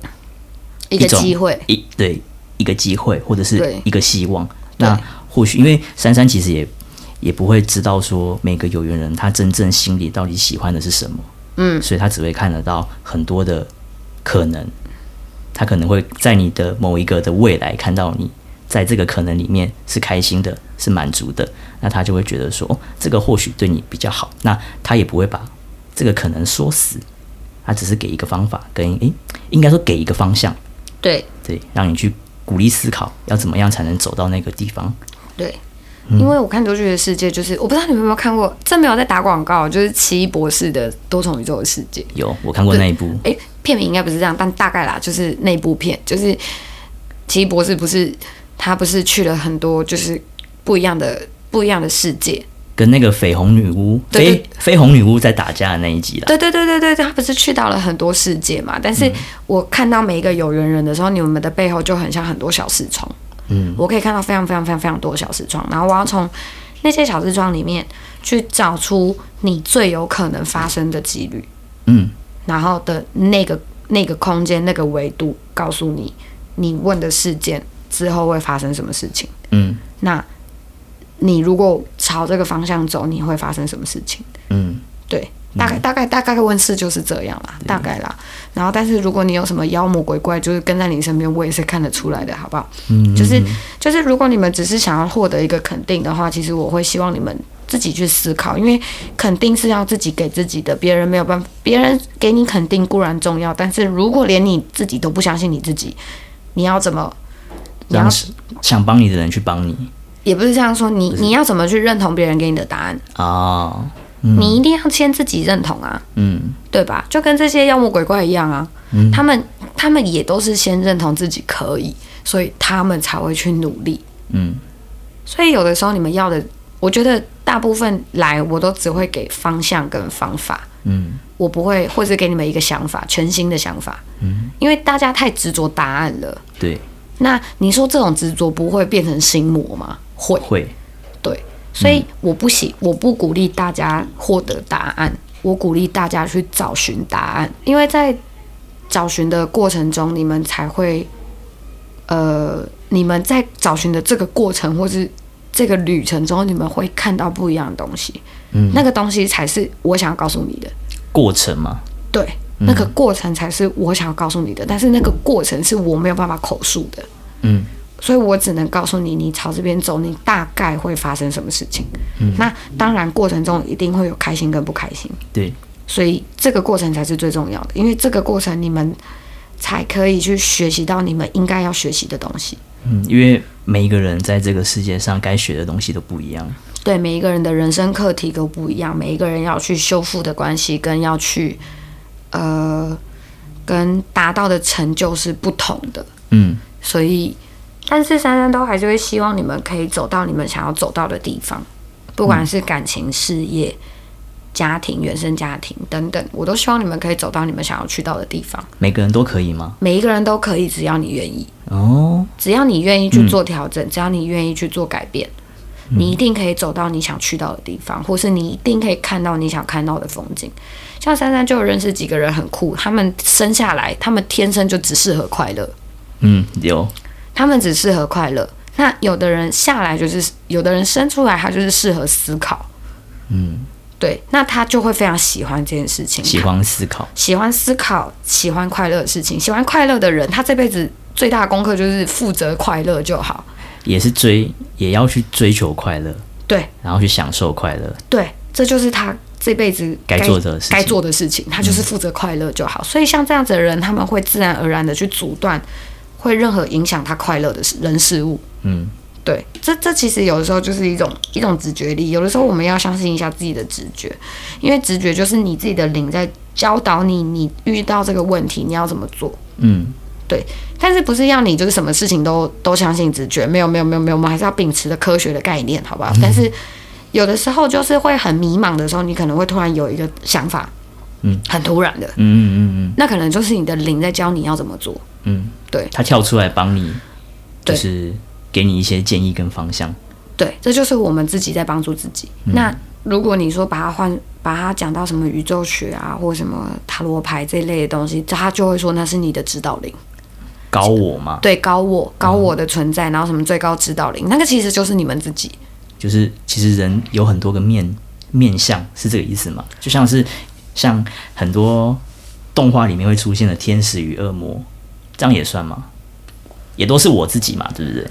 Speaker 1: 一个
Speaker 2: 种
Speaker 1: 机会，
Speaker 2: 一对一个机会或者是
Speaker 1: 对
Speaker 2: 一个希望。那或许因为珊珊其实也也不会知道说每个有缘人他真正心里到底喜欢的是什么，
Speaker 1: 嗯，
Speaker 2: 所以他只会看得到很多的可能，他可能会在你的某一个的未来看到你。在这个可能里面是开心的，是满足的，那他就会觉得说，哦，这个或许对你比较好，那他也不会把这个可能说死，他只是给一个方法跟诶，应该说给一个方向，
Speaker 1: 对
Speaker 2: 对，让你去鼓励思考，要怎么样才能走到那个地方。
Speaker 1: 对。因为我看《多趣的世界》，就是我不知道你们有没有看过，这没有在打广告，就是《奇异博士》的多重宇宙的世界。
Speaker 2: 有，我看过那一部，
Speaker 1: 诶，片名应该不是这样，但大概啦，就是那部片，就是奇异博士不是他不是去了很多就是不一样的不一样的世界，
Speaker 2: 跟那个绯红女巫、
Speaker 1: 对
Speaker 2: 绯绯红女巫在打架的那一集啦。
Speaker 1: 对对对对对，他不是去到了很多世界嘛？但是我看到每一个有缘人的时候，你们的背后就很像很多小视窗，
Speaker 2: 嗯，
Speaker 1: 我可以看到非常非常非常非常多的小视窗，然后我要从那些小视窗里面去找出你最有可能发生的几率。
Speaker 2: 嗯，
Speaker 1: 然后的那个那个空间那个维度，告诉你你问的事件之后会发生什么事情。
Speaker 2: 嗯
Speaker 1: 那你如果朝这个方向走，你会发生什么事情？
Speaker 2: 嗯，
Speaker 1: 对，大概大概大概问世就是这样啦，大概啦。然后，但是如果你有什么妖魔鬼怪，就是跟在你身边，我也是看得出来的，好不好？嗯，就是就是，如果你们只是想要获得一个肯定的话，其实我会希望你们自己去思考，因为肯定是要自己给自己的，别人没有办法，别人给你肯定固然重要，但是如果连你自己都不相信你自己，你要怎么？你要
Speaker 2: 让想帮你的人去帮你
Speaker 1: 也不是这样说，你你要怎么去认同别人给你的答案？
Speaker 2: 啊、哦，
Speaker 1: 你一定要先自己认同啊。
Speaker 2: 嗯
Speaker 1: 对吧？就跟这些妖魔鬼怪一样啊，他们他们也都是先认同自己可以，所以他们才会去努力。
Speaker 2: 嗯
Speaker 1: 所以有的时候你们要的，我觉得大部分来我都只会给方向跟方法，
Speaker 2: 嗯
Speaker 1: 我不会，或是给你们一个想法，全新的想法。嗯，因为大家太执着答案了。
Speaker 2: 对，
Speaker 1: 那你说这种执着不会变成心魔吗？会，
Speaker 2: 会，
Speaker 1: 对，所以我不喜，我不鼓励大家获得答案，我鼓励大家去找寻答案，因为在找寻的过程中，你们才会，呃，你们在找寻的这个过程或是这个旅程中，你们会看到不一样的东西，嗯，那个东西才是我想要告诉你的，
Speaker 2: 过程嘛，
Speaker 1: 对，那个过程才是我想要告诉你的，但是那个过程是我没有办法口述的，
Speaker 2: 嗯，
Speaker 1: 所以我只能告诉你，你朝这边走，你大概会发生什么事情。嗯，那当然过程中一定会有开心跟不开心，
Speaker 2: 对，
Speaker 1: 所以这个过程才是最重要的，因为这个过程你们才可以去学习到你们应该要学习的东西。
Speaker 2: 嗯，因为每一个人在这个世界上该学的东西都不一样，
Speaker 1: 对每一个人的人生课题都不一样，每一个人要去修复的关系跟要去呃跟达到的成就是不同的，
Speaker 2: 嗯，
Speaker 1: 所以但是珊珊都还是会希望你们可以走到你们想要走到的地方，不管是感情、事业、家庭、原生家庭等等，我都希望你们可以走到你们想要去到的地方。
Speaker 2: 每个人都可以吗？
Speaker 1: 每一个人都可以，只要你愿意。
Speaker 2: 哦，
Speaker 1: 只要你愿意去做调整，只要你愿意去做改变，你一定可以走到你想去到的地方，或是你一定可以看到你想看到的风景。像珊珊就有认识几个人很酷，他们生下来，他们天生就只适合快乐，
Speaker 2: 嗯，有，
Speaker 1: 他们只适合快乐。那有的人下来就是，有的人生出来他就是适合思考，
Speaker 2: 嗯，
Speaker 1: 对，那他就会非常喜欢这件事情，
Speaker 2: 喜欢思考，
Speaker 1: 喜欢思考、喜欢快乐的事情，喜欢快乐的人，他这辈子最大的功课就是负责快乐就好。
Speaker 2: 也是追，也要去追求快乐，
Speaker 1: 对，
Speaker 2: 然后去享受快乐，
Speaker 1: 对，这就是他这辈子
Speaker 2: 该做的事情嗯
Speaker 1: 该做的事情，他就是负责快乐就好。所以像这样子的人，他们会自然而然的去阻断会任何影响他快乐的事人事物。
Speaker 2: 嗯，
Speaker 1: 对，这这其实有的时候就是一种一种直觉力，有的时候我们要相信一下自己的直觉，因为直觉就是你自己的灵在教导你，你遇到这个问题你要怎么做。
Speaker 2: 嗯，
Speaker 1: 对，但是不是要你就是什么事情都都相信直觉？没有没有没有没有，我们还是要秉持的科学的概念，好不好？
Speaker 2: 嗯
Speaker 1: 但是有的时候就是会很迷茫的时候，你可能会突然有一个想法，
Speaker 2: 嗯，
Speaker 1: 很突然的，
Speaker 2: 嗯嗯嗯嗯
Speaker 1: 那可能就是你的灵在教你要怎么做。
Speaker 2: 嗯，
Speaker 1: 对
Speaker 2: 他跳出来帮你，就
Speaker 1: 对
Speaker 2: 是给你一些建议跟方向，
Speaker 1: 对，这就是我们自己在帮助自己。
Speaker 2: 嗯
Speaker 1: 那如果你说把它换，把它讲到什么宇宙学啊，或什么塔罗牌这一类的东西，他就会说那是你的指导灵。
Speaker 2: 高我嘛，
Speaker 1: 对高我高我的存在，然后什么最高指导灵，那个其实就是你们自己。
Speaker 2: 就是其实人有很多个面面相，是这个意思吗？就像是像很多动画里面会出现的天使与恶魔，这样也算吗？也都是我自己嘛，对不对？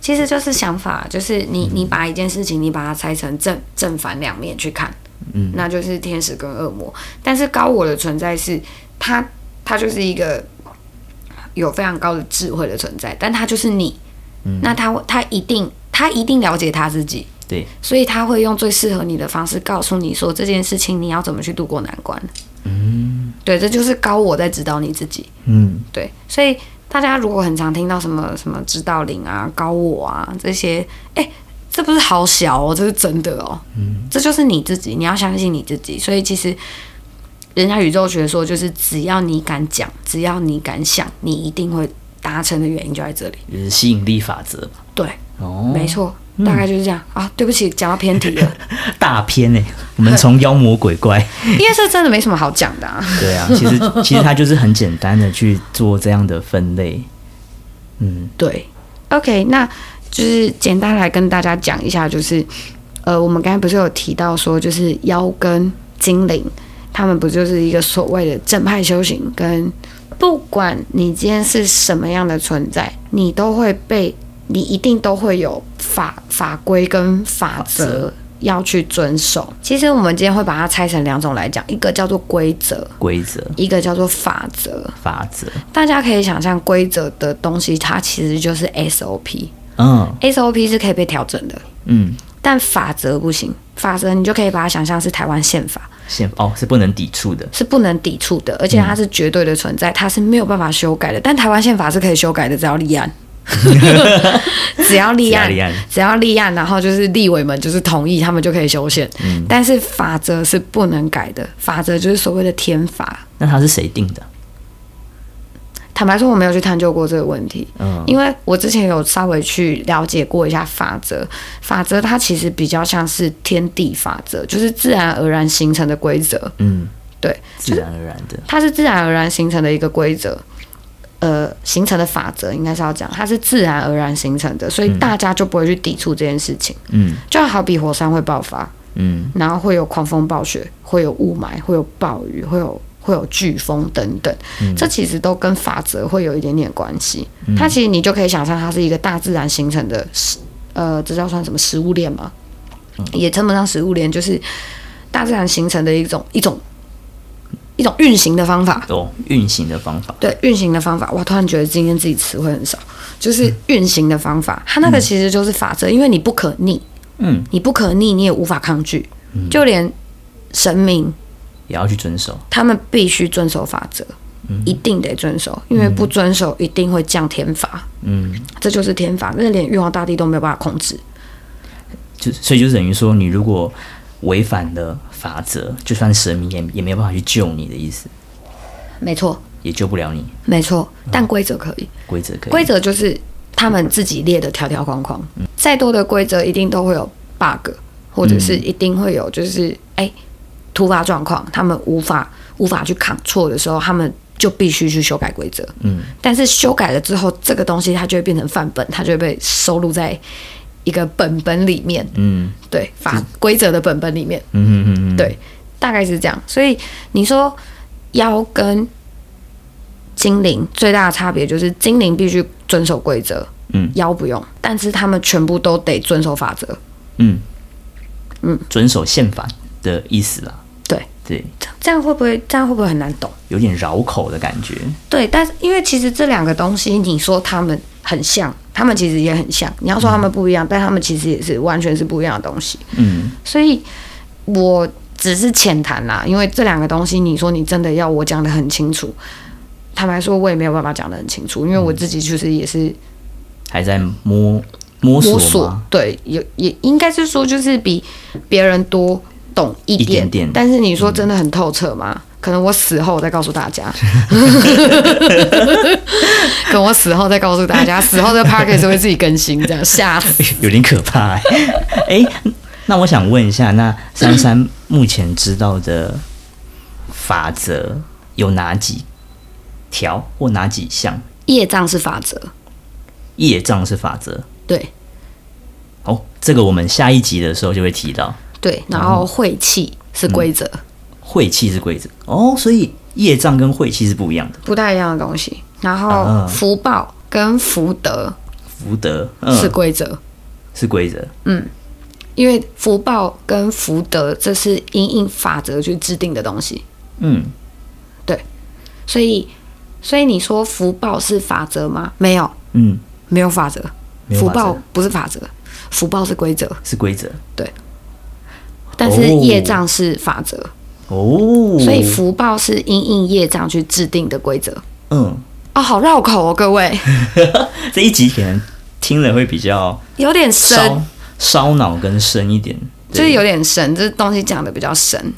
Speaker 1: 其实就是想法，就是你你把一件事情，你把它拆成正正反两面去看，
Speaker 2: 嗯，
Speaker 1: 那就是天使跟恶魔。但是高我的存在是，它它就是一个有非常高的智慧的存在，但它就是你，嗯、那他他一定他一定了解他自己，
Speaker 2: 对，
Speaker 1: 所以他会用最适合你的方式告诉你说这件事情你要怎么去度过难关。嗯，对，这就是高我在指导你自己。
Speaker 2: 嗯，
Speaker 1: 对，所以大家如果很常听到什么什么指导灵啊、高我啊这些，哎，这不是好小哦，这是真的哦。嗯，这就是你自己，你要相信你自己。所以其实人家宇宙学说，就是只要你敢讲，只要你敢想，你一定会达成的原因就在这里。
Speaker 2: 就是吸引力法则吧。
Speaker 1: 对，
Speaker 2: 哦，
Speaker 1: 没错，大概就是这样、啊。对不起，讲到偏题了，
Speaker 2: 大片呢、我们从妖魔鬼怪，
Speaker 1: 因为这真的没什么好讲的啊。
Speaker 2: (laughs) 对啊，其实其实它就是很简单的去做这样的分类。嗯，
Speaker 1: 对，OK，那就是简单来跟大家讲一下，就是呃，我们刚才不是有提到说，就是妖跟精灵，他们不就是一个所谓的正派修行，跟不管你今天是什么样的存在，你都会被，你一定都会有法法规跟法
Speaker 2: 法
Speaker 1: 则。要去遵守。其实我们今天会把它拆成两种来讲，一个叫做规则，
Speaker 2: 规则、
Speaker 1: 一个叫做法则。
Speaker 2: 法则，
Speaker 1: 大家可以想象规则的东西，它其实就是 SOP。
Speaker 2: 嗯
Speaker 1: SOP 是可以被调整的，
Speaker 2: 嗯，
Speaker 1: 但法则不行。法则你就可以把它想象是台湾宪法，
Speaker 2: 宪哦是不能抵触的。
Speaker 1: 是不能抵触的，而且它是绝对的存在，它是没有办法修改的。但台湾宪法是可以修改的，只要立案。 (laughs) 只要立案，
Speaker 2: 只要立案
Speaker 1: 只要立案，然后就是立委们就是同意，他们就可以修宪。
Speaker 2: 嗯
Speaker 1: 但是法则是不能改的，法则就是所谓的天法。
Speaker 2: 那他是谁定的？
Speaker 1: 坦白说，我没有去探究过这个问题，
Speaker 2: 嗯
Speaker 1: 因为我之前有稍微去了解过一下法则。法则它其实比较像是天地法则，就是自然而然形成的规则。
Speaker 2: 嗯，
Speaker 1: 对，
Speaker 2: 自然而然的。
Speaker 1: 它是自然而然形成的一个规则，呃，形成的法则应该是要讲，它是自然而然形成的，所以大家就不会去抵触这件事情。
Speaker 2: 嗯
Speaker 1: 就好比火山会爆发，
Speaker 2: 嗯
Speaker 1: 然后会有狂风暴雪，会有雾霾，会有暴雨，会有会有飓风等等，这其实都跟法则会有一点点关系。它其实你就可以想象，它是一个大自然形成的食，呃，这叫算什么食物链吗？也称不上食物链，就是大自然形成的一种一种一种运行的方法。
Speaker 2: 哦，运行的方法。
Speaker 1: 对运行的方法，哇！突然觉得今天自己词汇很少，就是运行的方法，它那个其实就是法则，因为你不可逆，
Speaker 2: 嗯，
Speaker 1: 你不可逆，你也无法抗拒，就连神明
Speaker 2: 也要去遵守。
Speaker 1: 他们必须遵守法则，
Speaker 2: 嗯
Speaker 1: 一定得遵守，因为不遵守一定会降天罚，
Speaker 2: 嗯，
Speaker 1: 这就是天罚，那连玉皇大帝都没有办法控制。
Speaker 2: 就所以就等于说，你如果违反了法则，就算神明也也没有办法去救你的意思，
Speaker 1: 没错，
Speaker 2: 也救不了你。
Speaker 1: 没错，但规则可以，
Speaker 2: 规则可以。嗯
Speaker 1: 规则就是他们自己列的条条框框，再多的规则一定都会有 bug，或者
Speaker 2: 嗯
Speaker 1: 是一定会有就是哎、突发状况，他们无法无法去扛错的时候，他们就必须去修改规则。
Speaker 2: 嗯，
Speaker 1: 但是修改了之后，这个东西它就会变成范本，它就会被收录在一个本本里面，
Speaker 2: 嗯
Speaker 1: 对法规则的本本里面。
Speaker 2: 嗯嗯嗯嗯，
Speaker 1: 对，大概是这样。所以你说妖跟精灵最大的差别就是精灵必须遵守规则，
Speaker 2: 嗯，
Speaker 1: 妖不用，但是他们全部都得遵守法则。
Speaker 2: 嗯嗯，遵守宪法的意思啦。
Speaker 1: 对
Speaker 2: 对，
Speaker 1: 这样会不会这样会不会很难懂？
Speaker 2: 有点绕口的感觉。
Speaker 1: 对，但是因为其实这两个东西，你说他们很像，他们其实也很像。你要说他们不一样，但他们其实也是完全是不一样的东西。
Speaker 2: 嗯，
Speaker 1: 所以我只是浅谈啦，因为这两个东西，你说你真的要我讲的很清楚，坦白说，我也没有办法讲的很清楚，因为我自己其实也是
Speaker 2: 还在摸摸索
Speaker 1: 摸
Speaker 2: 吗？
Speaker 1: 索，对，也也应该是说就是比别人多懂一点
Speaker 2: 一点嗯点
Speaker 1: 但是你说真的很透彻吗？可能我死后再告诉大
Speaker 2: (laughs)
Speaker 1: 家，可能我死后再告诉大家，死后这个 p a c k a g e 会自己更新，这样吓死。
Speaker 2: 有点可怕、欸。 (laughs) 哎、那我想问一下，那珊
Speaker 1: (coughs)
Speaker 2: 珊目前知道的法则有哪几条或哪几项？
Speaker 1: 业障是法则，
Speaker 2: 业障是法则
Speaker 1: 对
Speaker 2: 哦，这个我们下一集的时候就会提到。
Speaker 1: 对，然后
Speaker 2: 哦
Speaker 1: 晦气
Speaker 2: 嗯
Speaker 1: 是规则，
Speaker 2: 晦气是规则哦，所以业障跟晦气是不一样的。
Speaker 1: 不太一样的东西。然后
Speaker 2: 啊
Speaker 1: 福报跟福德
Speaker 2: 福德、嗯、
Speaker 1: 是规则，
Speaker 2: 是规则，
Speaker 1: 因为福报跟福德这是因应法则去制定的东西，
Speaker 2: 嗯，
Speaker 1: 所以所以你说福报是法则吗？没有，
Speaker 2: 嗯，
Speaker 1: 没有法则，
Speaker 2: 没有
Speaker 1: 福
Speaker 2: 法则
Speaker 1: 报不是法则，福报是规则，
Speaker 2: 是规则
Speaker 1: 但是业障是法则，
Speaker 2: 哦。
Speaker 1: 所以福报是因应业障去制定的规则。
Speaker 2: 嗯，
Speaker 1: 哦，好绕口哦，各位，
Speaker 2: 这一集可能听了会比较
Speaker 1: 有点深
Speaker 2: 烧，烧脑跟深一点，对
Speaker 1: 就是有点深，这东西讲的比较深。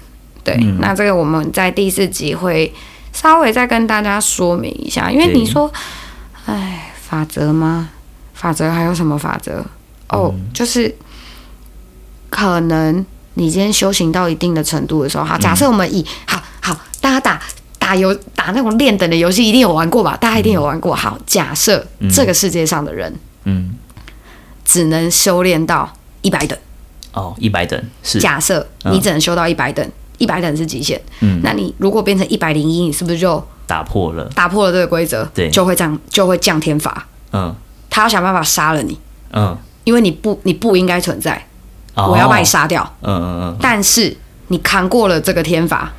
Speaker 1: 对，
Speaker 2: 嗯
Speaker 1: 那这个我们在第四集会稍微再跟大家说明一下，因为
Speaker 2: 对
Speaker 1: 你说，哎，法则吗？法则还有什么法则？哦，
Speaker 2: 嗯
Speaker 1: 就是可能你今天修行到一定的程度的时候，好，
Speaker 2: 嗯
Speaker 1: 假设我们以、好好大家打。打游打那种练等的游戏一定有玩过吧？大家一定有玩过。好，假设这个世界上的人
Speaker 2: 嗯，
Speaker 1: 只能修炼到一百等，
Speaker 2: 哦，一百等是
Speaker 1: 假设
Speaker 2: 嗯
Speaker 1: 你只能修到一百等，一百等是极限。
Speaker 2: 嗯
Speaker 1: 那你如果变成一百零一，你是不是就
Speaker 2: 打破了，
Speaker 1: 打破了这个规则？
Speaker 2: 对
Speaker 1: 就会降就会降天罚，
Speaker 2: 嗯
Speaker 1: 他要想办法杀了你，
Speaker 2: 嗯，
Speaker 1: 因为你不你不应该存在，
Speaker 2: 哦
Speaker 1: 我要把你，杀掉。
Speaker 2: 嗯嗯嗯
Speaker 1: 但是你扛过了这个天罚，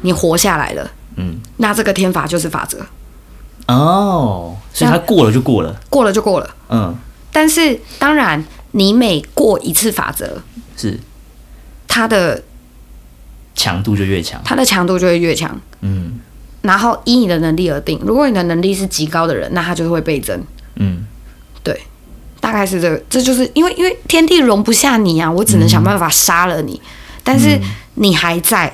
Speaker 1: 你活下来了，
Speaker 2: 嗯，
Speaker 1: 那这个天罚就是法则，
Speaker 2: 哦，所以
Speaker 1: 那
Speaker 2: 他过了就过了，
Speaker 1: 过了就过了。
Speaker 2: 嗯，
Speaker 1: 但是当然，你每过一次法则，
Speaker 2: 是
Speaker 1: 它的
Speaker 2: 强度就越强，
Speaker 1: 它的强度就会越强，
Speaker 2: 嗯
Speaker 1: 然后依你的能力而定。如果你的能力是极高的人，那它就会倍增。
Speaker 2: 嗯
Speaker 1: 对，大概是这个，这就是因为因为天地容不下你啊，我只能想办法杀了你，
Speaker 2: 嗯
Speaker 1: 但是你还在，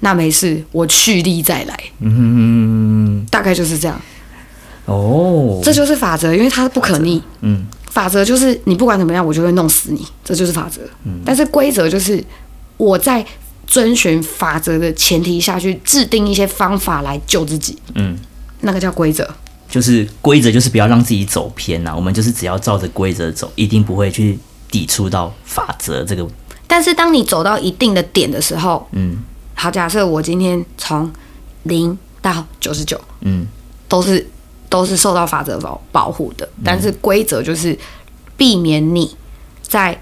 Speaker 1: 那没事，我蓄力再来，
Speaker 2: 嗯，
Speaker 1: 大概就是这样，
Speaker 2: 哦，
Speaker 1: 这就是法则，因为它不可逆。
Speaker 2: 嗯
Speaker 1: 法则就是你不管怎么样，我就会弄死你，这就是法则。
Speaker 2: 嗯
Speaker 1: 但是规则就是我在遵循法则的前提下去制定一些方法来救自己，
Speaker 2: 嗯，
Speaker 1: 那个叫规则。
Speaker 2: 就是规则就是不要让自己走偏啊呐、我们就是只要照着规则走，一定不会去抵触到法则这个，
Speaker 1: 但是当你走到一定的点的时候，
Speaker 2: 嗯
Speaker 1: 好，假设我今天从零到九十九
Speaker 2: 嗯
Speaker 1: 都是都是受到法则保保护的，
Speaker 2: 嗯
Speaker 1: 但是规则就是避免你在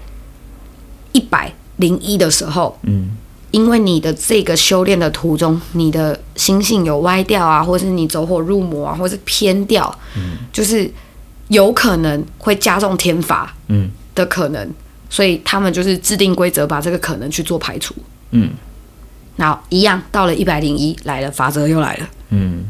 Speaker 1: 一百零一的时候
Speaker 2: 嗯
Speaker 1: 因为你的这个修炼的途中，你的心性有歪掉啊，或是你走火入魔啊，或是偏掉，
Speaker 2: 嗯
Speaker 1: 就是有可能会加重天罚
Speaker 2: 嗯
Speaker 1: 的可能，所以他们就是制定规则，把这个可能去做排除。
Speaker 2: 嗯
Speaker 1: 然后一样到了一百零一来了，法则又来了，
Speaker 2: 嗯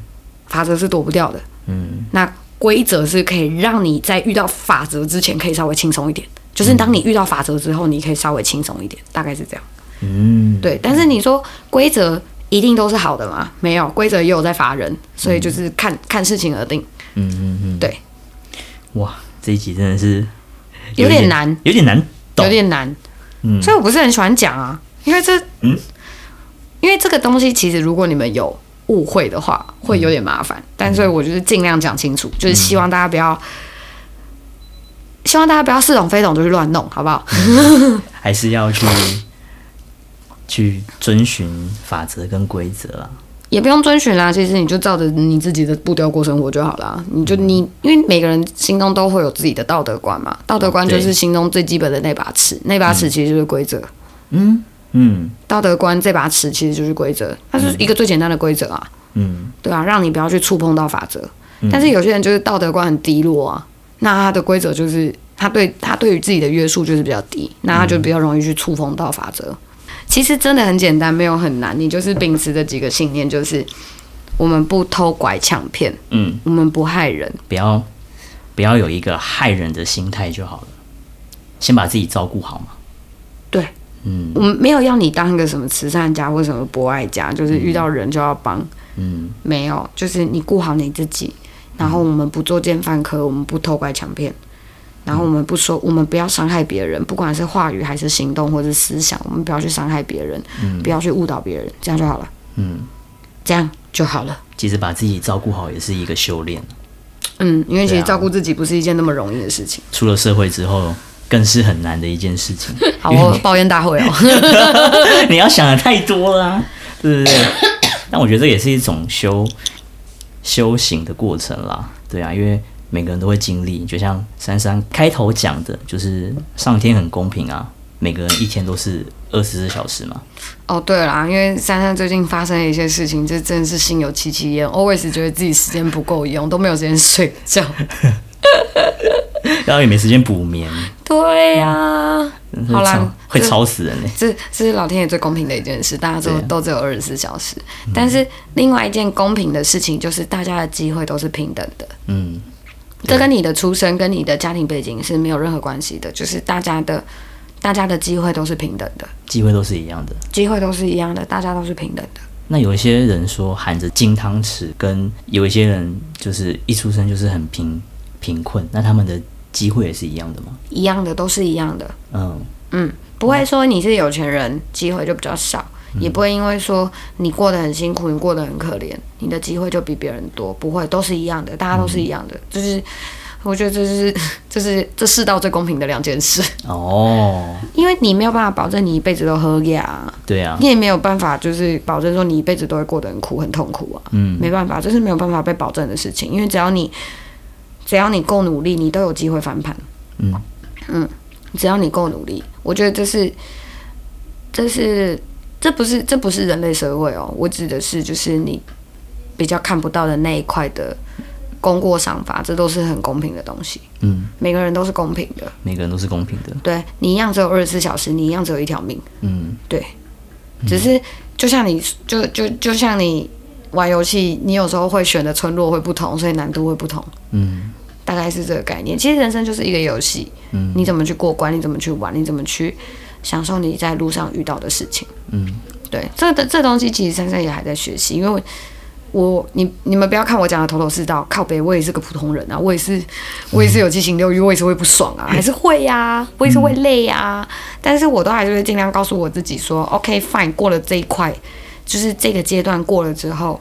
Speaker 1: 法则是躲不掉的。
Speaker 2: 嗯
Speaker 1: 那规则是可以让你在遇到法则之前可以稍微轻松一点，就是当你遇到法则之后，你可以稍微轻松一点，大概是这样。
Speaker 2: 嗯，
Speaker 1: 对，但是你说规则一定都是好的吗？没有，规则也有在罚人，所以就是看、看事情而定。
Speaker 2: 嗯嗯嗯，
Speaker 1: 对，
Speaker 2: 哇，这一集真的是
Speaker 1: 有点
Speaker 2: 一
Speaker 1: 难，
Speaker 2: 有点难懂，
Speaker 1: 有点难，
Speaker 2: 嗯
Speaker 1: 所以我不是很喜欢讲啊，因为这，
Speaker 2: 嗯
Speaker 1: 因为这个东西其实如果你们有误会的话，会有点麻烦，
Speaker 2: 嗯
Speaker 1: 但所以我就是尽量讲清楚，就是希望大家不要。希望大家不要似懂非懂就去乱弄，好不好？
Speaker 2: 嗯还是要去去遵循法则跟规则啊啦。
Speaker 1: 也不用遵循啦，其实你就照着你自己的步调过生活就好啦。你就
Speaker 2: 嗯
Speaker 1: 你，因为每个人心中都会有自己的道德观嘛，道德观
Speaker 2: 对
Speaker 1: 就是心中最基本的那把尺，那把尺其实就是规则。
Speaker 2: 嗯嗯
Speaker 1: 道德观这把尺其实就是规则，它是一个最简单的规则啊，
Speaker 2: 嗯
Speaker 1: 对啊，让你不要去触碰到法则。但是有些人就是道德观很低落啊，那他的规则就是他对他对于自己的约束就是比较低，那他就比较容易去触碰到法则。其实真的很简单，没有很难，你就是秉持这几个信念，就是我们不偷拐抢骗，
Speaker 2: 嗯，
Speaker 1: 我们不害人，
Speaker 2: 不要不要有一个害人的心态就好了，先把自己照顾好嘛。
Speaker 1: 对
Speaker 2: 嗯
Speaker 1: 我们没有要你当一个什么慈善家或什么博爱家，就是遇到人就要帮，
Speaker 2: 嗯
Speaker 1: 没有，就是你顾好你自己，然后我们不作奸犯科，我们不偷拐抢骗，然后我们不说，我们不要伤害别人，不管是话语还是行动或是思想，我们不要去伤害别人，不要去误导别人，这样就好了，
Speaker 2: 嗯，
Speaker 1: 这样就好了。
Speaker 2: 其实把自己照顾好也是一个修炼，
Speaker 1: 嗯，因为其
Speaker 2: 对
Speaker 1: 实
Speaker 2: 啊
Speaker 1: 照顾自己不是一件那么容易的事情。
Speaker 2: 出了社会之后更是很难的一件事情。
Speaker 1: 好
Speaker 2: (laughs)
Speaker 1: 哦，抱怨大会哦。
Speaker 2: 你要想的太多啦、对不
Speaker 1: (coughs)
Speaker 2: 对？但我觉得这也是一种修修行的过程啦，对啊，因为每个人都会经历，就像珊珊开头讲的，就是上天很公平啊，每个人一天都是二十四小时嘛，
Speaker 1: 哦，对啦，因为珊珊最近发生了一些事情，这真的是心有戚戚焉，always 觉得自己时间不够用，都没有时间睡觉。 (laughs)
Speaker 2: 然后也没时间补眠，
Speaker 1: 对呀、好啦，
Speaker 2: 会
Speaker 1: 这
Speaker 2: 超死人嘞、
Speaker 1: 这这是老天爷最公平的一件事，大家
Speaker 2: 对
Speaker 1: 都
Speaker 2: 啊
Speaker 1: 都只有二十四小时。但是另外一件公平的事情就是，大家的机会都是平等的。
Speaker 2: 嗯
Speaker 1: 这跟你的出身跟你的家庭背景是没有任何关系的，就是大家的大家的机会都是平等的，
Speaker 2: 机会都是一样的。
Speaker 1: 机会都是一样的，大家都是平等的。
Speaker 2: 那有一些人说含着金汤匙，跟有一些人就是一出生就是很贫贫困，那他们的机会也是一样的吗？
Speaker 1: 一样的都是一样的，
Speaker 2: 嗯
Speaker 1: 嗯，不会说你是有钱人，机会就比较少，也不会因为说你过得很辛苦，你过得很可怜，你的机会就比别人多，不会，都是一样的，大家都是一样的，就是我觉得这是 (laughs) 这是这世道最公平的两件事， (laughs)
Speaker 2: 哦，
Speaker 1: 因为你没有办法保证你一辈子都喝呀，
Speaker 2: 对啊，
Speaker 1: 你也没有办法就是保证说你一辈子都会过得很苦很痛苦啊，
Speaker 2: 嗯
Speaker 1: 没办法，这是没有办法被保证的事情，因为只要你只要你够努力，你都有机会翻盘。
Speaker 2: 嗯
Speaker 1: 只要你够努力，我觉得这是，这是，这不是，这不是人类社会哦。我指的是，就是你比较看不到的那一块的功过赏罚，这都是很公平的东西。
Speaker 2: 嗯，
Speaker 1: 每个人都是公平的，
Speaker 2: 每个人都是公平的，
Speaker 1: 对你一样只有二十四小时，你一样只有一条命，
Speaker 2: 嗯
Speaker 1: 对。只是就像你，就就就像你玩游戏，你有时候会选的村落会不同，所以难度会不同。
Speaker 2: 嗯
Speaker 1: 大概是这个概念。其实人生就是一个游戏，
Speaker 2: 嗯
Speaker 1: 你怎么去过关，你怎么去玩，你怎么去享受你在路上遇到的事情。
Speaker 2: 嗯，
Speaker 1: 对，这这这东西其实珊珊也还在学习，因为我。我你你们不要看我讲的头头是道，靠北我也是个普通人啊，我也是我也是有七情六欲，我也是会不爽啊，还是会呀、我也是会累啊呀、但是我都还是会尽量告诉我自己说，OK fine，过了这一块，就是这个阶段过了之后，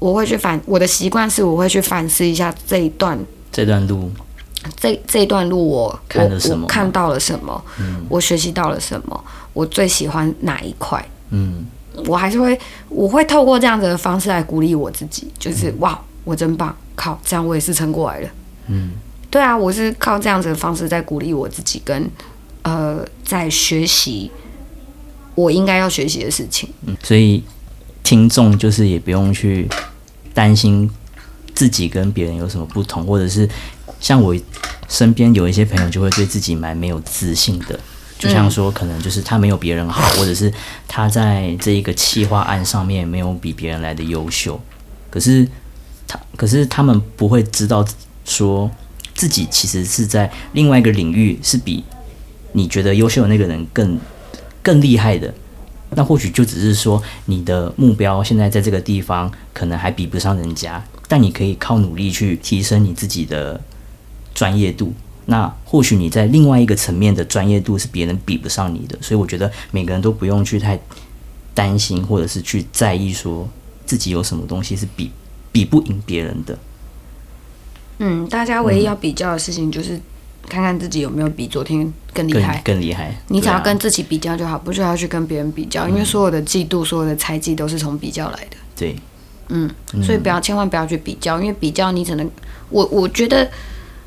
Speaker 1: 我会去反我的习惯是我会去反思一下这一段
Speaker 2: 这段路
Speaker 1: 这这一段路我
Speaker 2: 看了
Speaker 1: 我
Speaker 2: 什么嗯
Speaker 1: 我看到了什么，我学习到了什么，我最喜欢哪一块，
Speaker 2: 嗯
Speaker 1: 我还是会，我会透过这样子的方式来鼓励我自己，就是、哇，我真棒，靠，这样我也是撑过来了。
Speaker 2: 嗯，
Speaker 1: 对啊，我是靠这样子的方式在鼓励我自己跟，呃，在学习我应该要学习的事情。
Speaker 2: 嗯，所以听众就是也不用去担心自己跟别人有什么不同，或者是像我身边有一些朋友就会对自己蛮没有自信的，就像说可能就是他没有别人好，或者是他在这一个企划案上面没有比别人来的优秀，可是他可是他们不会知道说自己其实是在另外一个领域是比你觉得优秀的那个人更更厉害的，那或许就只是说你的目标现在在这个地方可能还比不上人家，但你可以靠努力去提升你自己的专业度。那或许你在另外一个层面的专业度是别人比不上你的，所以我觉得每个人都不用去太担心，或者是去在意说自己有什么东西是比比不赢别人的。
Speaker 1: 嗯，大家唯一要比较的事情就是看看自己有没有比昨天更厉
Speaker 2: 更
Speaker 1: 害。
Speaker 2: 更厉害。
Speaker 1: 你只要
Speaker 2: 对啊嗯
Speaker 1: 跟自己比较就好，不需要去跟别人比较，因为所有的嫉妒、所有的猜忌都是从比较来的。
Speaker 2: 对
Speaker 1: 嗯，所以不要千万不要去比较，因为比较你只能，我我觉得，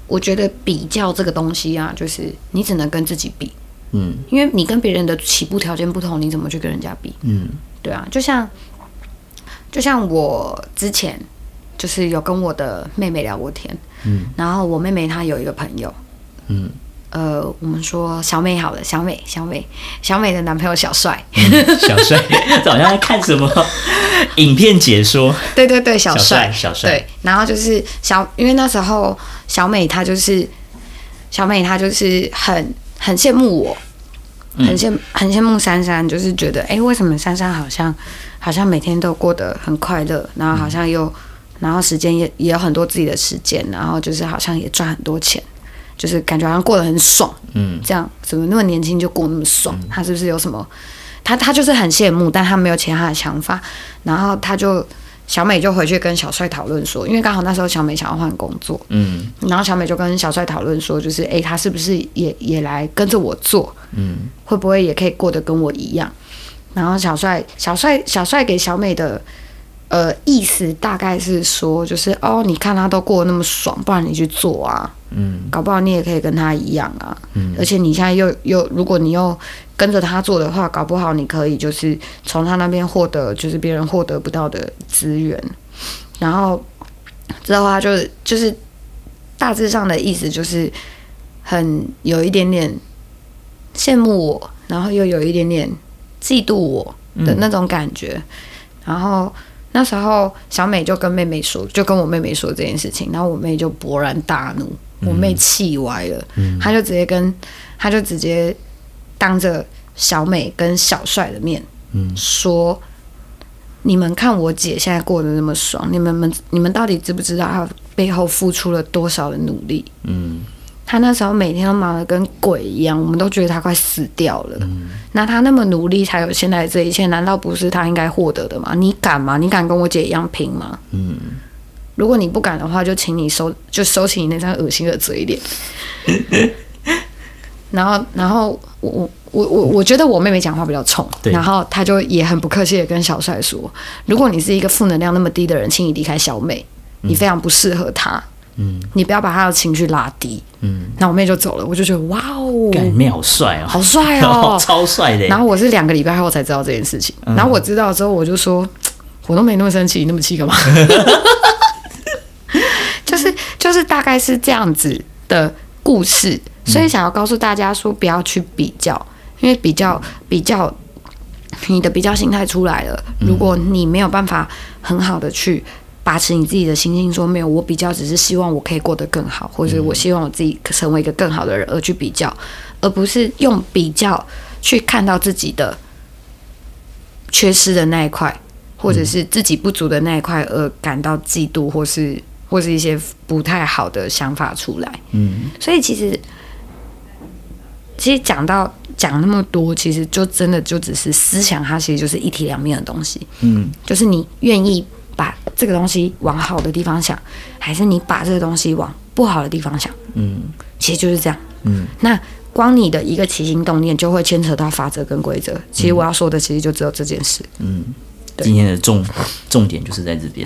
Speaker 1: 我觉得比较这个东西啊，就是你只能跟自己比，
Speaker 2: 嗯
Speaker 1: 因为你跟别人的起步条件不同，你怎么去跟人家比？
Speaker 2: 嗯
Speaker 1: 对啊，就像就像我之前就是有跟我的妹妹聊过天，
Speaker 2: 嗯，
Speaker 1: 然后我妹妹她有一个朋友，
Speaker 2: 嗯，
Speaker 1: 呃，我们说小美好了，小美小美小美的男朋友小帅，
Speaker 2: 小 (laughs) 帅，这好像在看什么影片解说。
Speaker 1: 对对对，小
Speaker 2: 帅
Speaker 1: 帅
Speaker 2: 小帅
Speaker 1: 对，然后就是小，因为那时候小美她就是小美她就是很很羡慕我，
Speaker 2: 嗯
Speaker 1: 很羡很羡慕珊珊，就是觉得哎、诶为什么珊珊好像好像每天都过得很快乐，然后好像又、然后时间也也有很多自己的时间，然后就是好像也赚很多钱，就是感觉好像过得很爽，
Speaker 2: 嗯
Speaker 1: 这样怎么那么年轻就过那么爽？他是不是有什么？他他就是很羡慕，但他没有其他的想法。然后他就小美就回去跟小帅讨论说，因为刚好那时候小美想要换工作，
Speaker 2: 嗯
Speaker 1: 然后小美就跟小帅讨论说，就是诶，他是不是也也来跟着我做？
Speaker 2: 嗯
Speaker 1: 会不会也可以过得跟我一样？然后小帅小帅小帅给小美的呃意思大概是说，就是哦，你看他都过得那么爽，不然你去做啊。
Speaker 2: 嗯
Speaker 1: 搞不好你也可以跟他一样啊。而且你现在又又，如果你又跟着他做的话，搞不好你可以就是从他那边获得，就是别人获得不到的资源。然后之后他就是就是大致上的意思就是很有一点点羡慕我，然后又有一点点嫉妒我的那种感觉。然后那时候小美就跟妹妹说，就跟我妹妹说这件事情，然后我妹就勃然大怒，我妹气歪了，她就直接跟她就直接当着小美跟小帅的面
Speaker 2: 嗯
Speaker 1: 说。你们看我姐现在过得那么爽，你们们你们到底知不知道她背后付出了多少的努力？
Speaker 2: 嗯
Speaker 1: 他那时候每天都忙得跟鬼一样，我们都觉得他快死掉了。那他那么努力才有现在这一切，难道不是他应该获得的吗？你敢吗？你敢跟我姐一样拼吗？
Speaker 2: 嗯，
Speaker 1: 如果你不敢的话，就请你收，就收起你那张恶心的嘴脸。 (laughs) 然后，然后我我我我我觉得我妹妹讲话比较冲，
Speaker 2: 对
Speaker 1: 然后她就也很不客气的跟小帅说：“如果你是一个负能量那么低的人，请你离开小美，你非常不适合她。
Speaker 2: 嗯，
Speaker 1: 你不要把她的情绪拉低。”
Speaker 2: 嗯，
Speaker 1: 那我妹就走了，我就觉得哇哦，
Speaker 2: 干你妹好帅哦，
Speaker 1: 好帅哦！
Speaker 2: (laughs) 超帅的。
Speaker 1: 然后我是两个礼拜后才知道这件事情，然后我知道之后我就说，我都没那么生气，你那么气干嘛？ (laughs) 就是就是大概是这样子的故事，所以想要告诉大家说，不要去比较，因为比较比较，嗯你的比较心态出来了，如果你没有办法很好的去把持你自己的心境说没有，我比较只是希望我可以过得更好，或者我希望我自己成为一个更好的人而去比较，而不是用比较去看到自己的缺失的那一块，或者是自己不足的那一块而感到嫉妒，或是或是一些不太好的想法出来。
Speaker 2: 嗯，
Speaker 1: 所以其实，其实讲到讲那么多，其实就真的就只是思想，它其实就是一体两面的东西。
Speaker 2: 嗯，
Speaker 1: 就是你愿意把这个东西往好的地方想，还是你把这个东西往不好的地方想？
Speaker 2: 嗯，
Speaker 1: 其实就是这样。
Speaker 2: 嗯，
Speaker 1: 那光你的一个起心动念就会牵扯到法则跟规则。其实我要说的，其实就只有这件事。对
Speaker 2: 今天的重重点就是在这边。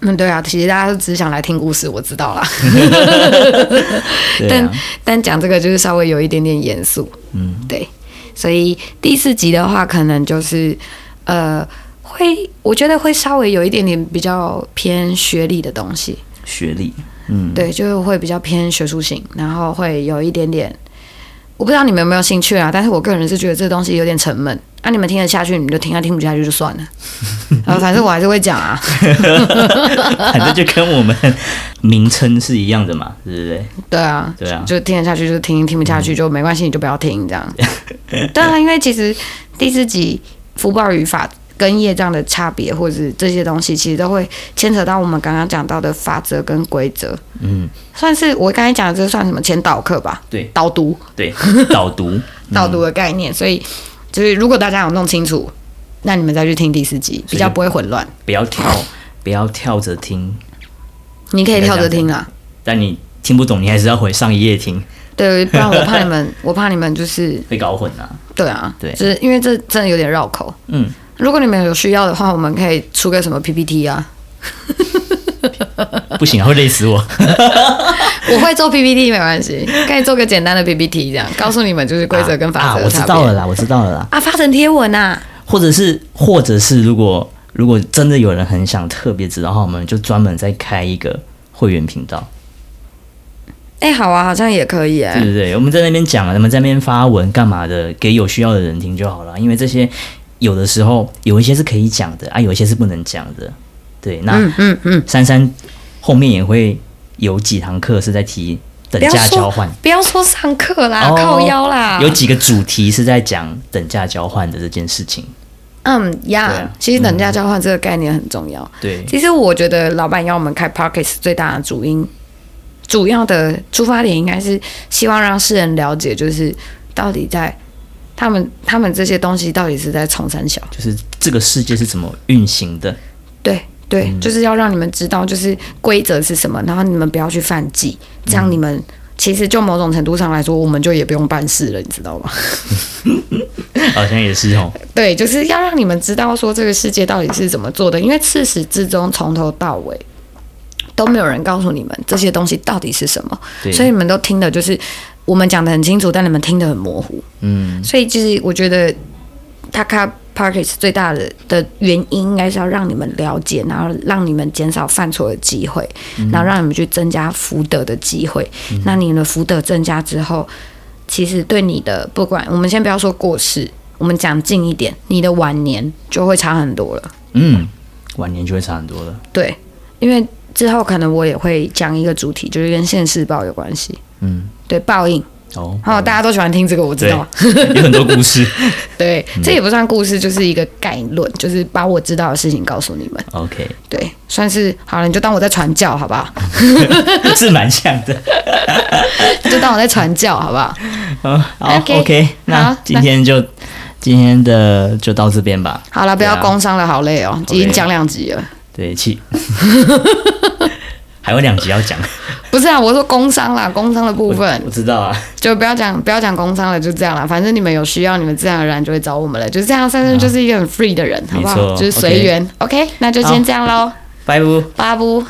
Speaker 1: 嗯，对啊，其实大家都只是想来听故事，我知道啦。
Speaker 2: 对
Speaker 1: 但
Speaker 2: 啊，
Speaker 1: 但讲这个就是稍微有一点点严肃，嗯，对，所以第四集的话，可能就是呃，会我觉得会稍微有一点点比较偏学历的东西，
Speaker 2: 学历，嗯，
Speaker 1: 对，就是会比较偏学术性，然后会有一点点，我不知道你们有没有兴趣啊，但是我个人是觉得这东西有点沉闷。那、你们听得下去，你们就听；啊，听不下去就算
Speaker 2: (laughs)
Speaker 1: 了。然后反正我还是会讲啊，
Speaker 2: (laughs) 反正就跟我们名称是一样的嘛，对不对？
Speaker 1: 对啊，
Speaker 2: 对啊
Speaker 1: 就听得下去就听，听不下去就没关系，你就不要听这
Speaker 2: (laughs)
Speaker 1: 样。对啊，因为其实第四集福报与法跟业障的差别，或者是这些东西，其实都会牵扯到我们刚刚讲到的法则跟规则。
Speaker 2: 嗯，
Speaker 1: 算是我刚才讲的，这算什么前导课吧？
Speaker 2: 对
Speaker 1: 导读
Speaker 2: 对，导读，
Speaker 1: 导读的概念，所以就是如果大家有弄清楚，那你们再去听第四集，比较不会混乱。
Speaker 2: 不要跳，不要跳着听，
Speaker 1: 你可以跳着听啊，
Speaker 2: 但你听不懂，你还是要回上一页听，
Speaker 1: 对，不然我怕你
Speaker 2: (laughs)
Speaker 1: 们，我怕你们就是
Speaker 2: 会搞混啊。
Speaker 1: 对啊，
Speaker 2: 对
Speaker 1: 就是因为这真的有点绕口。
Speaker 2: 嗯，
Speaker 1: 如果你们有需要的话，我们可以出个什么 PPT
Speaker 2: (laughs)
Speaker 1: 啊？
Speaker 2: 不行啊，会累死我。
Speaker 1: 我会做 PPT 没关系，可以做个简单的 PPT，这样告诉你们就是 (laughs) 规则跟法
Speaker 2: 啊，
Speaker 1: 则
Speaker 2: 我
Speaker 1: 的
Speaker 2: 知
Speaker 1: 差别。
Speaker 2: 道了啦，我知道了啦。
Speaker 1: 啊，发成贴文啊，
Speaker 2: 或者是，或者是，如果如果真的有人很想特别知道的话，我们就专门再开一个会员频道，
Speaker 1: 哎、好啊，好像也可以哎、
Speaker 2: 对不对？我们在那边讲，我们在那边发文干嘛的，给有需要的人听就好了。因为这些有的时候有一些是可以讲的啊，有一些是不能讲的。对，那、
Speaker 1: 嗯嗯嗯，
Speaker 2: 珊珊后面也会有几堂课是在提等
Speaker 1: 不要
Speaker 2: 价交
Speaker 1: 说啊
Speaker 2: 换，
Speaker 1: 不要说上课啦，
Speaker 2: 哦
Speaker 1: 靠腰啦，
Speaker 2: 有几个主题是在讲等价交换的这件事情。
Speaker 1: 嗯呀
Speaker 2: 对啊
Speaker 1: 其实等价交换这个概念很重要。
Speaker 2: 对，
Speaker 1: 其实我觉得老板要我们开 p o c k e t 最大的主因，主要的出发点应该是希望让世人了解，就是到底在他们他们这些东西到底是在冲三小。
Speaker 2: 就是这个世界是怎么运行的。
Speaker 1: 对对，就是要让你们知道，就是规则是什么，然后你们不要去犯忌，这样你们。其实就某种程度上来说，我们就也不用办事了，你知道吗？ (laughs)
Speaker 2: 好像也是哦，
Speaker 1: 对，就是要让你们知道说这个世界到底是怎么做的，因为自始至终从头到尾都没有人告诉你们这些东西到底是什么，
Speaker 2: 对，
Speaker 1: 所以你们都听的就是我们讲的很清楚，但你们听得很模糊。
Speaker 2: 嗯，
Speaker 1: 所以就是我觉得 Taka Parkes 最大的的原因，应该是要让你们了解，然后让你们减少犯错的机会，
Speaker 2: 嗯
Speaker 1: 然后让你们去增加福德的机会。那你的福德增加之后，其实对你的不管，我们先不要说过世，我们讲近一点，你的晚年就会差很多了。
Speaker 2: 嗯，晚年就会差很多了。
Speaker 1: 对，因为之后可能我也会讲一个主题，就是跟现世报有关系。
Speaker 2: 嗯，
Speaker 1: 对，报应。
Speaker 2: 哦，
Speaker 1: 哦，大家都喜欢听这个，我知
Speaker 2: 对
Speaker 1: 道。，
Speaker 2: (laughs) 有很多故事。
Speaker 1: 对，这也不算故事，就是一个概论，就是把我知道的事情告诉你们。
Speaker 2: (laughs) OK，
Speaker 1: 对，算是好了，你就当我在传教，好不好？
Speaker 2: 是蛮像的。 (laughs)
Speaker 1: 就当我在传教，好不好？
Speaker 2: 嗯好
Speaker 1: OK，
Speaker 2: ，OK，那
Speaker 1: 好
Speaker 2: 今天就今天的就到这边吧。
Speaker 1: 好了，不要
Speaker 2: 对啊
Speaker 1: 工伤了，好累哦，已经讲两集了。(laughs)
Speaker 2: 对，气，还有两集要讲
Speaker 1: 不是啊，我说工伤啦，工伤的部
Speaker 2: 我我
Speaker 1: 分
Speaker 2: 知道啊。
Speaker 1: 就不要讲，不要讲工伤了，就这样啦。反正你们有需要，你们自然而然就会找我们了，就是这样。珊珊就是一个很 free 的人，好不
Speaker 2: 没
Speaker 1: 好？
Speaker 2: 错
Speaker 1: 就是随缘。OK，那就先这样喽，
Speaker 2: 拜拜。
Speaker 1: 巴布。